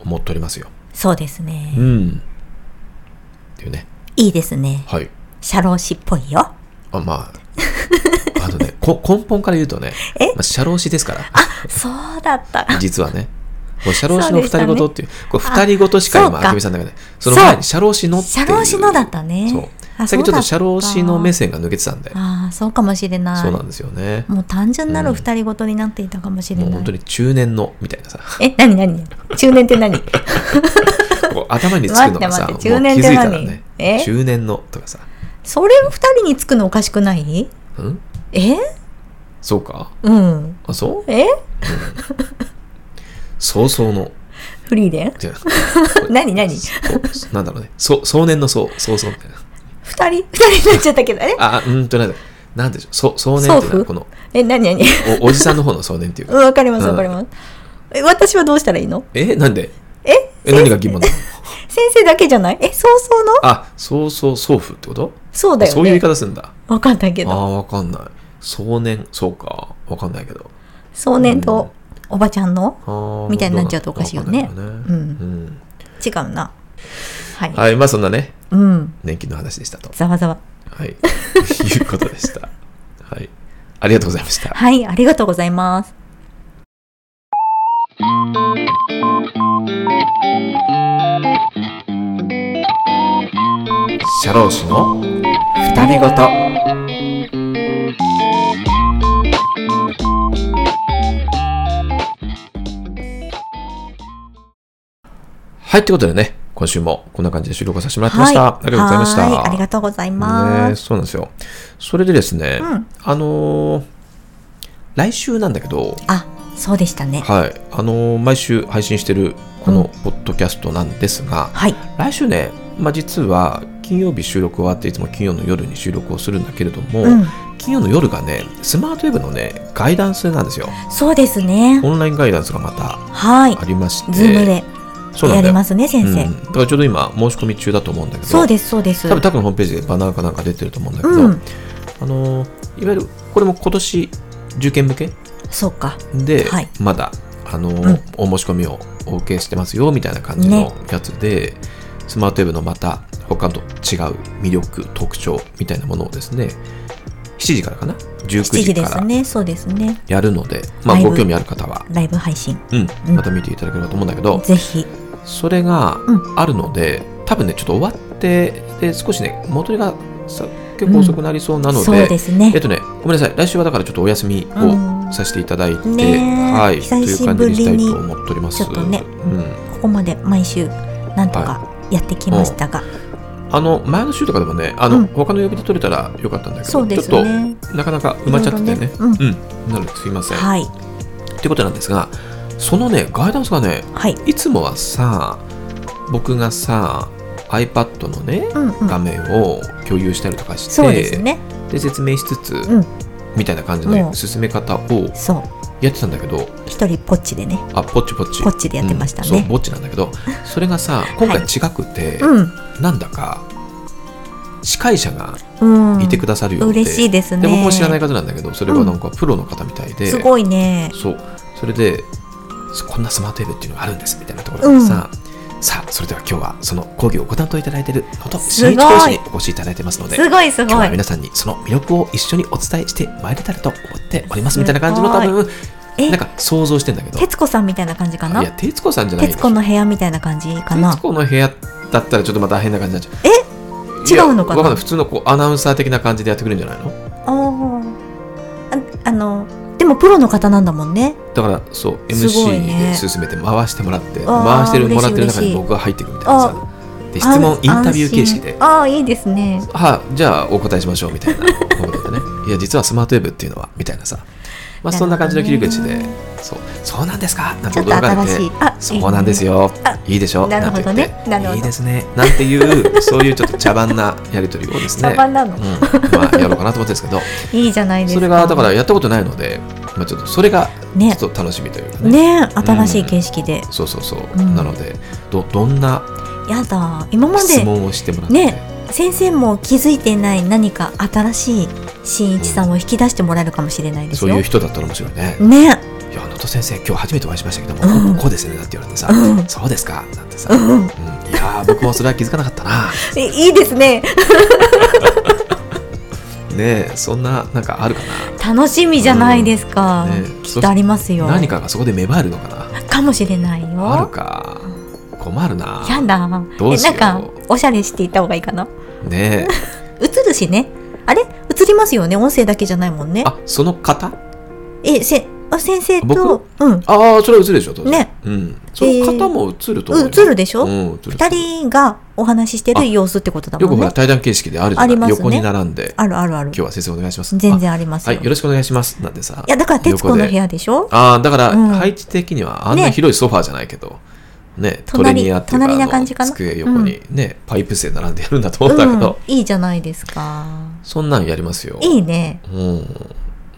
Speaker 3: 思っておりますよ。
Speaker 2: そうですね、
Speaker 3: うん。っていうね。
Speaker 2: いいですね
Speaker 3: はい。
Speaker 2: 社労士っぽいよ
Speaker 3: あ まあ、あのね、こ根本から言うとね、
Speaker 2: え
Speaker 3: まあ、社労士ですから。
Speaker 2: そうだった
Speaker 3: 実はね。もう社労士の
Speaker 2: そうでしたね
Speaker 3: 二人ごとっていう、こう二人ごとしか今、
Speaker 2: あそうか
Speaker 3: あけみさんの中で、その前に社労士のってい
Speaker 2: 社
Speaker 3: う。
Speaker 2: 労士のだったね
Speaker 3: そう
Speaker 2: あ。
Speaker 3: 最近ちょっと社労士の目
Speaker 2: そ
Speaker 3: 線が抜けてたんで
Speaker 2: うだっ、たああそうかもしれない
Speaker 3: そうなんですよね。
Speaker 2: もう単純な
Speaker 3: う
Speaker 2: る
Speaker 3: ん
Speaker 2: 二人ごとになっていたかもしれな
Speaker 3: も
Speaker 2: い、
Speaker 3: う本当に中年のみた いなさ、
Speaker 2: え何何中年って 何
Speaker 3: こう頭につくのがさ、
Speaker 2: 待
Speaker 3: も
Speaker 2: っ
Speaker 3: う気
Speaker 2: て待って中年って
Speaker 3: づいたら
Speaker 2: 何
Speaker 3: ね
Speaker 2: え、
Speaker 3: 中年のとかさ、
Speaker 2: それ二人につくのおかしくない
Speaker 3: うん
Speaker 2: え
Speaker 3: そうか
Speaker 2: うん
Speaker 3: あ、そう
Speaker 2: え
Speaker 3: 早々の。
Speaker 2: フリーで
Speaker 3: じゃあ
Speaker 2: 何何
Speaker 3: そうなんだろうね。そう壮年のそう、そうそうみたいな。
Speaker 2: 二人二人になっちゃったけどあれ
Speaker 3: あ、あうんとなんだ。なんでしょう。そう壮年っていうの
Speaker 2: 祖
Speaker 3: は
Speaker 2: 父
Speaker 3: この
Speaker 2: え何何
Speaker 3: お、おじさんの方の壮年っていう
Speaker 2: うん
Speaker 3: か。
Speaker 2: わかります
Speaker 3: うん
Speaker 2: わかりますえ私はどうしたらいいの
Speaker 3: え、なんで
Speaker 2: え
Speaker 3: え、何が疑問なの
Speaker 2: 先生だけじゃないえそうそうの
Speaker 3: あ、そうそう、祖父ってこと
Speaker 2: そうだよね
Speaker 3: そういう言い方するんだ。
Speaker 2: わかんないけ
Speaker 3: あ
Speaker 2: ど
Speaker 3: あ、わかんない。壮年、そうか。わかんないけど。
Speaker 2: 少年とおばちゃんの
Speaker 3: あー
Speaker 2: みたいになっちゃうとおかしいよね
Speaker 3: どうなんだ
Speaker 2: う
Speaker 3: ろ
Speaker 2: ん
Speaker 3: うねうん
Speaker 2: 違うなはい、
Speaker 3: はい、まあそんなね、
Speaker 2: うん
Speaker 3: 年金の話でしたと。
Speaker 2: ざわざわ
Speaker 3: はい。いうことでした。はい。ありがとうございました。
Speaker 2: はいありがとうございます
Speaker 3: 社労士の
Speaker 2: 二人ごと
Speaker 3: はい、ということでね、今週もこんな感じで収録をさせてもらってました。ありがとうございました。
Speaker 2: はいありがとうございま
Speaker 3: ね、
Speaker 2: す、
Speaker 3: そうなんですよ。それでですね、
Speaker 2: うん
Speaker 3: あのー来週なんだけど、
Speaker 2: あそうでしたね
Speaker 3: はい、あのー毎週配信してるこ
Speaker 2: うん
Speaker 3: のポッドキャストなんですが、
Speaker 2: はい
Speaker 3: 来週ね、まあ、実は金曜日収録終わっていつも金曜の夜に収録をするんだけれども、
Speaker 2: うん
Speaker 3: 金曜の夜がねスマートウェブのねガイダンスなんですよ
Speaker 2: そうですね
Speaker 3: オンラインガイダンスがまた
Speaker 2: はい
Speaker 3: ありまして
Speaker 2: ズームで
Speaker 3: そうな
Speaker 2: や
Speaker 3: んだ
Speaker 2: り
Speaker 3: よ
Speaker 2: ますね先生、
Speaker 3: うん、だからちょうど今申し込み中だと思うんだけど
Speaker 2: そうですそうです
Speaker 3: 多分タクのホームページでバナーかなんか出てると思うんだけど、
Speaker 2: うん
Speaker 3: あのーいわゆるこれも今年受験向け
Speaker 2: そうか
Speaker 3: で、
Speaker 2: はい
Speaker 3: まだあの、
Speaker 2: ん
Speaker 3: お申し込みをお受けしてますよみたいな感じ
Speaker 2: ね
Speaker 3: のやつで、スマートウェブのまた他と違う魅力特徴みたいなものをですね7時からかな19
Speaker 2: 7時
Speaker 3: 時
Speaker 2: で
Speaker 3: か
Speaker 2: す
Speaker 3: ら
Speaker 2: ねそうですね
Speaker 3: やるので、まあ、
Speaker 2: ライブ
Speaker 3: ご興味ある方は、
Speaker 2: ライブ配信
Speaker 3: うん
Speaker 2: ん
Speaker 3: また見ていただければと思うんだけど
Speaker 2: ぜひ
Speaker 3: それが
Speaker 2: う
Speaker 3: あるので、多分ねちょっと終わってで少しね戻りがさ結構遅くなりそうなので,、
Speaker 2: そうですね
Speaker 3: えっとね、ごめんなさい、来週はだからちょっとお休み
Speaker 2: う
Speaker 3: をさせていただいて、
Speaker 2: ねえ
Speaker 3: はい、と
Speaker 2: 久
Speaker 3: い
Speaker 2: し
Speaker 3: う感じ
Speaker 2: ぶり
Speaker 3: に
Speaker 2: に
Speaker 3: したいと思っております。
Speaker 2: ちょっとね
Speaker 3: うん、
Speaker 2: ここまで毎週なんとかやってきましたが、
Speaker 3: あの前の週とかでもね、あの、
Speaker 2: うん
Speaker 3: 他の曜日で取れたらよかったんだけど、
Speaker 2: そうです
Speaker 3: ちょっ
Speaker 2: ね
Speaker 3: となかなか埋まっちゃっててね、
Speaker 2: いろいろね
Speaker 3: うん、なのですいません。と、
Speaker 2: はい
Speaker 3: い、うことなんですが、そのね、ガイダンスがね、
Speaker 2: はい
Speaker 3: いつもはさ、僕がさ、iPad のね、
Speaker 2: うんうん
Speaker 3: 画面を共有したりとかして、
Speaker 2: そうですね
Speaker 3: で説明しつつ、
Speaker 2: うん
Speaker 3: みたいな感じ
Speaker 2: も
Speaker 3: の
Speaker 2: う
Speaker 3: 進め方を
Speaker 2: そう
Speaker 3: やってたんだけど、
Speaker 2: 一人ぽっちでね
Speaker 3: あポッチポッチ
Speaker 2: ポッチでやってましたね
Speaker 3: うんそうぼっちなんだけどそれがさ今回違くて、
Speaker 2: うん
Speaker 3: なんだか司会者が
Speaker 2: うん
Speaker 3: いてくださるようで、
Speaker 2: 嬉しいですね
Speaker 3: で僕も知らない方なんだけどそれがなんかプロの方みたいで、
Speaker 2: すごいね
Speaker 3: そうそれでそこんなスマートウェブっていうのがあるんですみたいなところでさ、さあそれでは今日はその講義をご担当いただいているのと
Speaker 2: すご
Speaker 3: 新
Speaker 2: い
Speaker 3: 一講師にお越しいただいてますのです
Speaker 2: ごいす
Speaker 3: 今日
Speaker 2: ご
Speaker 3: はい皆さんにその魅力を一緒にお伝えしてまいれたらと思っております
Speaker 2: すごい
Speaker 3: みたいな感じの多分
Speaker 2: え
Speaker 3: なんか想像してんだけど
Speaker 2: 徹子さんみたいな感じか
Speaker 3: い
Speaker 2: な
Speaker 3: や徹子さんじゃないよ
Speaker 2: 徹子の部屋みたいな感じかな
Speaker 3: 徹子の部屋だったらちょっとまた変な感じになっちゃう。
Speaker 2: え
Speaker 3: いや
Speaker 2: 違うのか
Speaker 3: わか
Speaker 2: な
Speaker 3: んない。普通のこうアナウンサー的な感じでやってくれるんじゃないの
Speaker 2: おーああのでもプロの方なんだもんね
Speaker 3: だからそう、
Speaker 2: すごい
Speaker 3: MC
Speaker 2: ね
Speaker 3: で進めて回してもらって、
Speaker 2: わー
Speaker 3: 回してる
Speaker 2: 嬉しい
Speaker 3: もらってる中
Speaker 2: 嬉し
Speaker 3: に
Speaker 2: い
Speaker 3: 僕が入ってくみたいなさ。で、質
Speaker 2: あ
Speaker 3: 問
Speaker 2: ん、
Speaker 3: インタビュー形式で
Speaker 2: 安。心ああいいですね
Speaker 3: はあ、じゃあお答えしましょうみたいなことでね。 いや、実はスマートウェブっていうのは、みたいなさ。まあ、そんな感じの切り口
Speaker 2: な
Speaker 3: で
Speaker 2: るほど、
Speaker 3: そう、そうなんですかなん
Speaker 2: ち
Speaker 3: て
Speaker 2: ょっと
Speaker 3: 驚かれ
Speaker 2: 新
Speaker 3: て
Speaker 2: しい。あ
Speaker 3: そうなんですよ
Speaker 2: あ。
Speaker 3: いいでしょ
Speaker 2: なるほどね
Speaker 3: なんて言
Speaker 2: なるほ
Speaker 3: って
Speaker 2: ど
Speaker 3: いいですね。なんていう、そういうちょっと茶番なやりとりをですね。
Speaker 2: 茶番なの
Speaker 3: うん、まあやろうかなと思ってるんですけ ど
Speaker 2: いいじゃないです
Speaker 3: そ
Speaker 2: か
Speaker 3: れがだからやったことないので、まあ、ちょっとそれがちょ
Speaker 2: ね
Speaker 3: っと楽しみというかね
Speaker 2: ね新しい形式で、
Speaker 3: そうそうそう、
Speaker 2: うん
Speaker 3: なのでどどんな
Speaker 2: やだ今ま
Speaker 3: 質
Speaker 2: で
Speaker 3: 問をしてもらって、
Speaker 2: ね先生も気づいてない何か新しい新一さんを引き出してもらえるかもしれないです
Speaker 3: そう
Speaker 2: よ
Speaker 3: いう人だったら面白いね、
Speaker 2: ね
Speaker 3: いやあなたと先生、今日初めてお会いしましたけども、こうですね、だって言われてさ、そうですか、なんてさ、うん、いやー、僕もそれは気づかなかったな。
Speaker 2: えいいですね。
Speaker 3: ねえ、そんな、なんかあるか
Speaker 2: 楽しみじゃないですか。
Speaker 3: な。ねえ
Speaker 2: きっとありますよ。
Speaker 3: 何かがそこで芽生えるのかな。
Speaker 2: かもしれない
Speaker 3: ある
Speaker 2: よ。
Speaker 3: か。困るな。
Speaker 2: やだ。
Speaker 3: どうしよう
Speaker 2: えなんかおしゃれしていった方がいいかな。
Speaker 3: ね
Speaker 2: 映るしね。あれ映りますよね。音声だけじゃないもん
Speaker 3: え。
Speaker 2: ね。
Speaker 3: あ、その方
Speaker 2: えせあ先生とうん
Speaker 3: ああ、それは映るでしょ、当然
Speaker 2: ね。
Speaker 3: うん。その方も映ると思うよ。
Speaker 2: 映るでしょ。
Speaker 3: うん、映る。
Speaker 2: 二人がお話ししてる様子ってこと
Speaker 3: よ
Speaker 2: だ
Speaker 3: く
Speaker 2: もん
Speaker 3: ほ
Speaker 2: ね
Speaker 3: ら、。対談形式であるじゃ
Speaker 2: あり
Speaker 3: な
Speaker 2: ま
Speaker 3: い。
Speaker 2: すね
Speaker 3: 横に並んで、
Speaker 2: あるあるある
Speaker 3: 今。日は先生お願いします。
Speaker 2: 全然あります
Speaker 3: は
Speaker 2: よ。
Speaker 3: い、よろしくお願いします。なんてさ。
Speaker 2: いやだから徹子の
Speaker 3: 横
Speaker 2: 部
Speaker 3: で
Speaker 2: 屋でしょ。
Speaker 3: ああ、だから、
Speaker 2: うん
Speaker 3: 配置的には、あんな
Speaker 2: ね
Speaker 3: 広いソファーじゃないけど、ね、トレ
Speaker 2: 隣
Speaker 3: ニアっていうか、
Speaker 2: 隣な
Speaker 3: あ
Speaker 2: 感
Speaker 3: の
Speaker 2: じかな
Speaker 3: 机横にね、パイプ勢並んでやるんだと思ったけど、
Speaker 2: うん、いいじゃないですか。
Speaker 3: そんなんやりますよ。
Speaker 2: いいね。
Speaker 3: うん。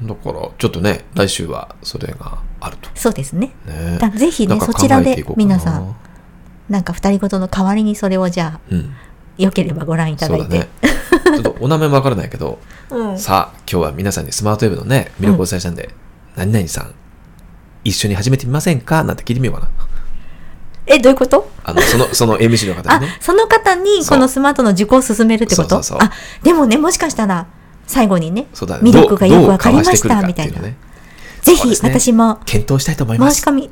Speaker 3: だから、ちょっとね、来週はそれがあると。
Speaker 2: そうですね。
Speaker 3: ね。
Speaker 2: だぜひ
Speaker 3: な
Speaker 2: ね
Speaker 3: んか
Speaker 2: そ
Speaker 3: 考
Speaker 2: ちら
Speaker 3: えてい
Speaker 2: で
Speaker 3: こうかな
Speaker 2: 皆さん。なんか二人ごとの代わりにそれをじゃあ
Speaker 3: うん。
Speaker 2: よければご覧いた
Speaker 3: そ
Speaker 2: だ
Speaker 3: うだ
Speaker 2: いて。
Speaker 3: ね。ちょっとお名前もわからないけ ど、
Speaker 2: うん
Speaker 3: さあ、今日は皆さんにスマートウェブのね、魅力をお伝えしたんで、何々さん、一緒に始めてみませんかなんて聞いてみようかな。
Speaker 2: えどういうこと？
Speaker 3: あの、その、その MC の方
Speaker 2: あ
Speaker 3: にね。
Speaker 2: その方にこのスマートの受講を進めるってこと？
Speaker 3: そうそうそう
Speaker 2: あでもねもしかしたら最後にね
Speaker 3: そうだね。
Speaker 2: 魅力がよくわかりま
Speaker 3: どう
Speaker 2: した
Speaker 3: どう
Speaker 2: み
Speaker 3: かわしてくるかって
Speaker 2: た
Speaker 3: い
Speaker 2: いうな。
Speaker 3: のね。そ
Speaker 2: ぜ
Speaker 3: う
Speaker 2: ひ
Speaker 3: ですね
Speaker 2: 私も
Speaker 3: 検討したいと思いま
Speaker 2: 申し
Speaker 3: す。
Speaker 2: 込み。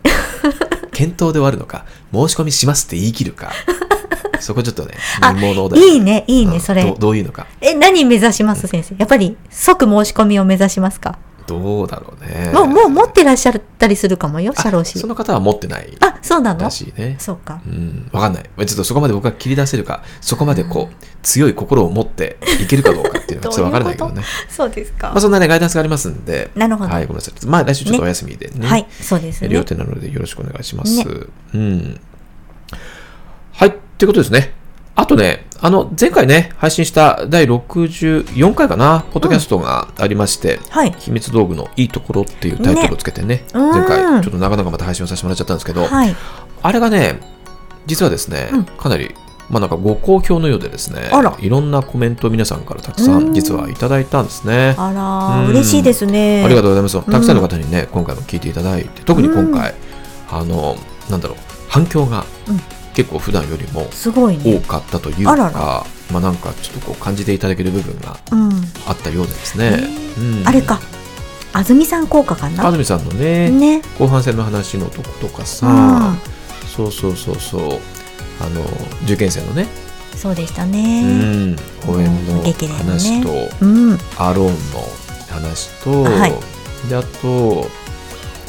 Speaker 3: 検討で終わるのか、申し込みしますって言い切るか。 そこちょっとね、
Speaker 2: あ
Speaker 3: 見物だよ
Speaker 2: いいねいいね、
Speaker 3: うん
Speaker 2: それ。
Speaker 3: どうどういうのか。
Speaker 2: え、何目指します先生やっぱり即申し込みを目指しますか、
Speaker 3: どうだろうね。
Speaker 2: もう、もう持ってらっしゃったりするかもよ、
Speaker 3: あ
Speaker 2: 社労士
Speaker 3: そ。の方は持ってない
Speaker 2: あ、そうなの
Speaker 3: らしいね。
Speaker 2: そうか
Speaker 3: う。ん、わかんない。ちょっとそこまで僕が切り出せるか、そこまでこう、強い心を持っていけるかどうかっていうのがちょっとわからないけど ね。
Speaker 2: そうですか
Speaker 3: まあそんなね、ガイダンスがありますんで。
Speaker 2: なるほど
Speaker 3: はい、ごめんなさい。まあ来週ちょっとお休みでね。
Speaker 2: はい、そうです
Speaker 3: え
Speaker 2: ね
Speaker 3: 両。手なのでよろしくお願いします。
Speaker 2: ね
Speaker 3: うん。はい、ということですね。あとね、あの、前回ね、配信した第64回かな、ポッドキャストがありまして、
Speaker 2: はい。
Speaker 3: 秘密道具のいいところっていうタイトルをつけてね、
Speaker 2: うん
Speaker 3: 前回、ちょっとなかなかまた配信をさせてもらっちゃったんですけど、
Speaker 2: はい。
Speaker 3: あれがね、実はですね、
Speaker 2: うん
Speaker 3: かなり、まあなんかご好評のようでですね
Speaker 2: あら、
Speaker 3: いろんなコメントを皆さんからたくさ
Speaker 2: うんん
Speaker 3: 実はいただいたんですね。
Speaker 2: あ
Speaker 3: う
Speaker 2: ら
Speaker 3: ん
Speaker 2: ー、嬉しいですね。
Speaker 3: ありがとうございます。たくさんの方にね、今回も聞いていただいて、特に今回、あの、なんだろう、反響が
Speaker 2: うん
Speaker 3: 結構普段よりも
Speaker 2: すごい
Speaker 3: 多
Speaker 2: ね。
Speaker 3: かったというか、
Speaker 2: あらら
Speaker 3: まあなんかちょっとこう感じていただける部分が
Speaker 2: うん。
Speaker 3: あったようでですね。うん
Speaker 2: あれか。安住さん効果か
Speaker 3: 安
Speaker 2: な
Speaker 3: 住さんのね、
Speaker 2: ね。
Speaker 3: 後半戦の話のとことかさ、
Speaker 2: うん
Speaker 3: そうそうそうそう、あの、受験生のね、
Speaker 2: そうでした
Speaker 3: う
Speaker 2: ね。
Speaker 3: ん、応援の
Speaker 2: 激励のね
Speaker 3: 話と、
Speaker 2: うん。
Speaker 3: アローンの話と、
Speaker 2: はい
Speaker 3: であと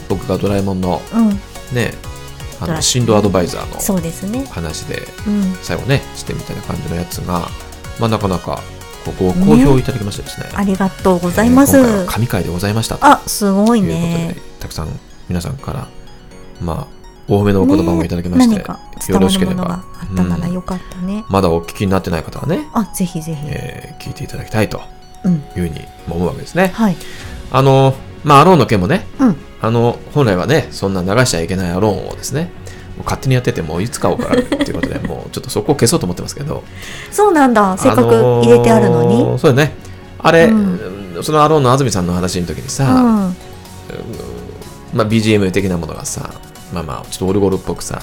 Speaker 3: 僕がドラえもんの
Speaker 2: うん。
Speaker 3: ねあ
Speaker 2: ドラえも
Speaker 3: の
Speaker 2: ん
Speaker 3: 振動アドバイザー
Speaker 2: そ
Speaker 3: の
Speaker 2: うですね。
Speaker 3: 話で
Speaker 2: うん。
Speaker 3: 最後ねしてみたいな感じのやつが、まあ、なかなかこうご好評いただきましてですね
Speaker 2: ありがとうございます
Speaker 3: えー。今回は神回でございましたと
Speaker 2: あ、すごい
Speaker 3: いうこと
Speaker 2: ね
Speaker 3: で。たくさん皆さんからまあ多めのお言葉もいただきまして、
Speaker 2: ね、何か伝
Speaker 3: よ
Speaker 2: わ
Speaker 3: ろしけ
Speaker 2: る
Speaker 3: れ
Speaker 2: もの
Speaker 3: ば
Speaker 2: があったなら
Speaker 3: うん
Speaker 2: よかったね、
Speaker 3: まだお聞きになってない方はね、
Speaker 2: あぜひぜひ、
Speaker 3: えー聞いていただきたいと
Speaker 2: うん
Speaker 3: いうふうに思うわけですね。
Speaker 2: はい
Speaker 3: あの、まあ、アローンの件もね、
Speaker 2: うん
Speaker 3: あの、本来はね、そんな流しちゃいけないアローンをですね、もう勝手にやってて、もういつか怒られるっていうことで、もうちょっとそこを消そうと思ってますけど、
Speaker 2: そうなんだせっかく
Speaker 3: あのー
Speaker 2: 入れてあるのに、
Speaker 3: そうだね。あれ、
Speaker 2: う
Speaker 3: そのアローンの安住さんの話の時にさ、
Speaker 2: うん
Speaker 3: まあ、BGM 的なものがさ、まあまあ、ちょっとオルゴールっぽくさ、。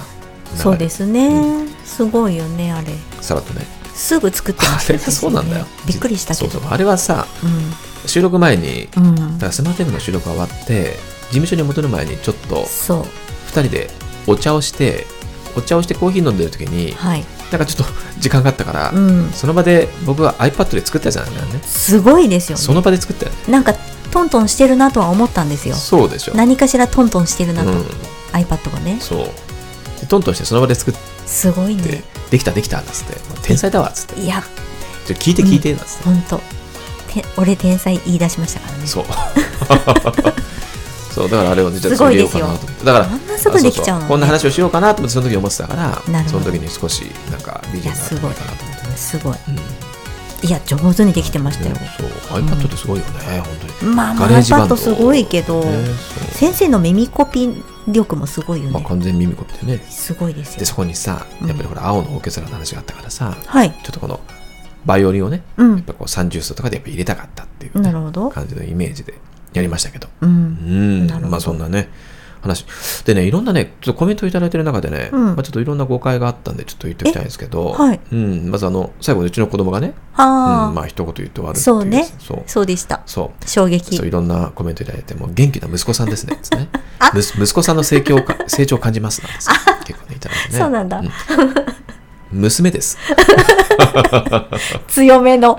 Speaker 2: そうですすね、すごいよねあれ
Speaker 3: さらっとね。
Speaker 2: すぐ作ってま
Speaker 3: あ
Speaker 2: した
Speaker 3: れ
Speaker 2: ね
Speaker 3: はそうなんだよ。
Speaker 2: びっくりしたけど
Speaker 3: そうそうあれはさ、収録前に、
Speaker 2: うん、う
Speaker 3: だ
Speaker 2: ん、
Speaker 3: からスマートフェブの収録が終わって、事務所に戻る前にちょっと、
Speaker 2: そう
Speaker 3: 2人でお茶をしてお茶をしてコーヒー飲んでる時に
Speaker 2: はい
Speaker 3: なんかちょっと時間があったから、
Speaker 2: うん
Speaker 3: その場で僕は iPad で作ったじゃないかね
Speaker 2: すごいですよ
Speaker 3: そ
Speaker 2: ね
Speaker 3: の場で作ったよね
Speaker 2: なんかトントンしてるなとは思ったんですよ
Speaker 3: そうでしょ
Speaker 2: 何かしらトントンしてるなと、
Speaker 3: うん
Speaker 2: iPad がね
Speaker 3: そうでトントンしてその場で作っ
Speaker 2: すごい
Speaker 3: て、
Speaker 2: ね
Speaker 3: できたできたっつってもう天才だわっつって
Speaker 2: いや
Speaker 3: ちょ聞いて聞いてなんつって、
Speaker 2: ほんとて俺天才言い出しましたからね
Speaker 3: そうそうだからあれをねじゃあ
Speaker 2: すご
Speaker 3: 作
Speaker 2: い
Speaker 3: りよう
Speaker 2: です
Speaker 3: か
Speaker 2: よ
Speaker 3: なと思ってだから
Speaker 2: あんなすぐできちゃう
Speaker 3: あそそ
Speaker 2: の
Speaker 3: こんな話をしようかなと思ってその時思ってたから
Speaker 2: なるほど
Speaker 3: その時に少しなんかビジョンがあったのかなと思ってね
Speaker 2: すごい
Speaker 3: うん
Speaker 2: いや上手にできてましたよ、
Speaker 3: ねそう iPad ってすごいよね、本当に
Speaker 2: まあま
Speaker 3: ガ
Speaker 2: あ
Speaker 3: レージバンド
Speaker 2: iPad すごいけど
Speaker 3: ねそう
Speaker 2: 先生の耳コピー力もすごいよ
Speaker 3: まあ
Speaker 2: ね、
Speaker 3: 完全耳コピでね
Speaker 2: すごいです
Speaker 3: で
Speaker 2: よ
Speaker 3: そこにさ
Speaker 2: うん
Speaker 3: やっぱりほら青のオーケストラの話があったからさ、ち
Speaker 2: はい
Speaker 3: ょっとこのバイオリンをね
Speaker 2: う
Speaker 3: やっ
Speaker 2: ん
Speaker 3: ぱこう30数とかでやっぱ入れたかったっていうね、
Speaker 2: なるほど
Speaker 3: 感じのイメージでやりましたけど
Speaker 2: う
Speaker 3: うんん
Speaker 2: なるほど
Speaker 3: まあそんなね話。でね、いろんなね、ちょっとコメントをいただいてる中でね、
Speaker 2: うん
Speaker 3: まあ、ちょっといろんな誤解があったんで、ちょっと言っておきたいんですけど、
Speaker 2: えはい
Speaker 3: うん、まずあの、最後にうちの子供がね、うん
Speaker 2: ああ、
Speaker 3: まあ一言言って終わるってい
Speaker 2: そうね
Speaker 3: やつそう。
Speaker 2: そうでした。
Speaker 3: そう。
Speaker 2: 衝撃
Speaker 3: そう。いろんなコメントいただいて、もう元気な息子さん ですね。つってね
Speaker 2: あ
Speaker 3: むす息子さんの成長か 成長を感じますなんですよ結構ね、いただいてね。
Speaker 2: そうなんだ
Speaker 3: 娘です。
Speaker 2: 強めの。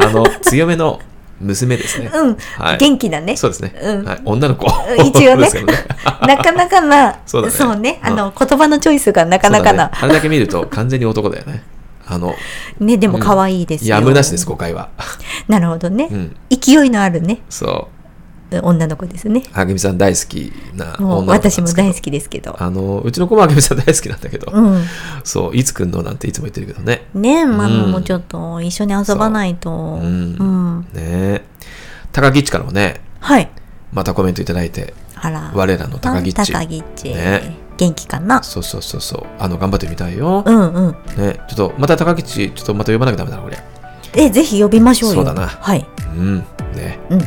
Speaker 3: あの、強めの娘ですね。
Speaker 2: うん。
Speaker 3: はい。
Speaker 2: 元気だね。
Speaker 3: そうですね。
Speaker 2: うん
Speaker 3: はい、 女の子。
Speaker 2: うん一応ね
Speaker 3: ですけどね。
Speaker 2: なかなかな、
Speaker 3: そうだね
Speaker 2: あの、言葉のチョイスがなかなかな。
Speaker 3: そうだねあれだけ見ると完全に男だよね。あの、
Speaker 2: ねでも可愛いですよ。
Speaker 3: やむなしです、誤解は。
Speaker 2: なるほどね、
Speaker 3: うん。
Speaker 2: 勢いのあるね、
Speaker 3: そ
Speaker 2: 女の子ですね。
Speaker 3: う。はぐみさん大好きな女の
Speaker 2: も
Speaker 3: 子
Speaker 2: う、
Speaker 3: なんです
Speaker 2: 私
Speaker 3: けど
Speaker 2: も大好きですけど。
Speaker 3: あの、うちの子もはぐみさん大好きなんだけど、
Speaker 2: うん。
Speaker 3: そう、いつくんのなんていつも言ってるけどね。
Speaker 2: ねえ、
Speaker 3: う
Speaker 2: ママ
Speaker 3: ん
Speaker 2: もちょっと一緒に遊ばないと。
Speaker 3: う。
Speaker 2: うんん。
Speaker 3: ねえ。高木っちからもね、
Speaker 2: はい。
Speaker 3: またコメントいただいて、
Speaker 2: あら。
Speaker 3: 我らの高木っち。
Speaker 2: 高木っち
Speaker 3: ね
Speaker 2: 元気かな
Speaker 3: そうそうそうそう。あの、頑張ってみたいよ。
Speaker 2: うんうん。
Speaker 3: ね、ちょっと、また高木っち、ちょっとまた呼ばなきゃダメだな、これ。
Speaker 2: え、ぜひ呼びましょうよ。
Speaker 3: そうだな
Speaker 2: はい。
Speaker 3: うん。ね。
Speaker 2: うん。
Speaker 3: ち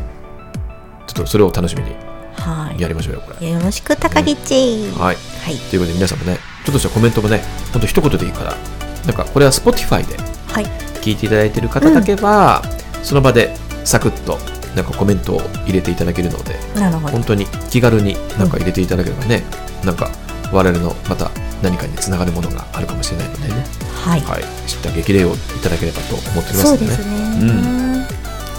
Speaker 3: ょっとそれを楽しみに
Speaker 2: はい。
Speaker 3: やりましょうよ、これ。
Speaker 2: よろしく、高木っち、は
Speaker 3: はい。
Speaker 2: い。
Speaker 3: ということで皆さんもね、ちょっとしたコメントもね、ほんと一言でいいから、なんかこれは Spotify で
Speaker 2: はい。
Speaker 3: 聞いていただいている方だけは、その場でサクッとなんかコメントを入れていただけるので、
Speaker 2: なるほど
Speaker 3: 本。当に気軽になんか入れていただければね、なんか我々のまた何かにつながるものがあるかもしれないのでね、
Speaker 2: はい。
Speaker 3: はい、知った激励をいただければと思っております
Speaker 2: そう
Speaker 3: ので
Speaker 2: で
Speaker 3: ね、
Speaker 2: すね。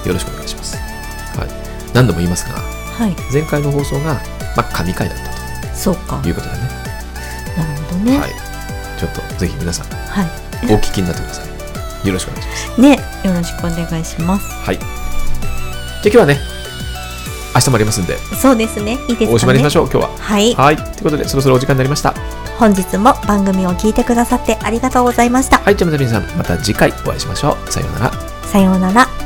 Speaker 3: よろしくお願いします。はい、何度も言いますが、
Speaker 2: はい。
Speaker 3: 前回の放送が、まあ、神回だった
Speaker 2: そうか。な
Speaker 3: とい
Speaker 2: る
Speaker 3: うことでね、
Speaker 2: ほどね。
Speaker 3: は
Speaker 2: はいい。、
Speaker 3: ちょっとぜひ皆さんお聞きになってください。よろしくお願いします。
Speaker 2: ね、よろしくお願いします。
Speaker 3: はい。じゃあ今日はね、明日もありますんで、
Speaker 2: そうですね。いいですかね。
Speaker 3: おしまいにしましょう、今日は。
Speaker 2: はい。
Speaker 3: はい。ということで、そろそろお時間になりました。
Speaker 2: 本日も番組を聞いてくださってありがとうございました。
Speaker 3: はい。じゃあまた皆さん、また次回お会いしましょう。さようなら。
Speaker 2: さようなら。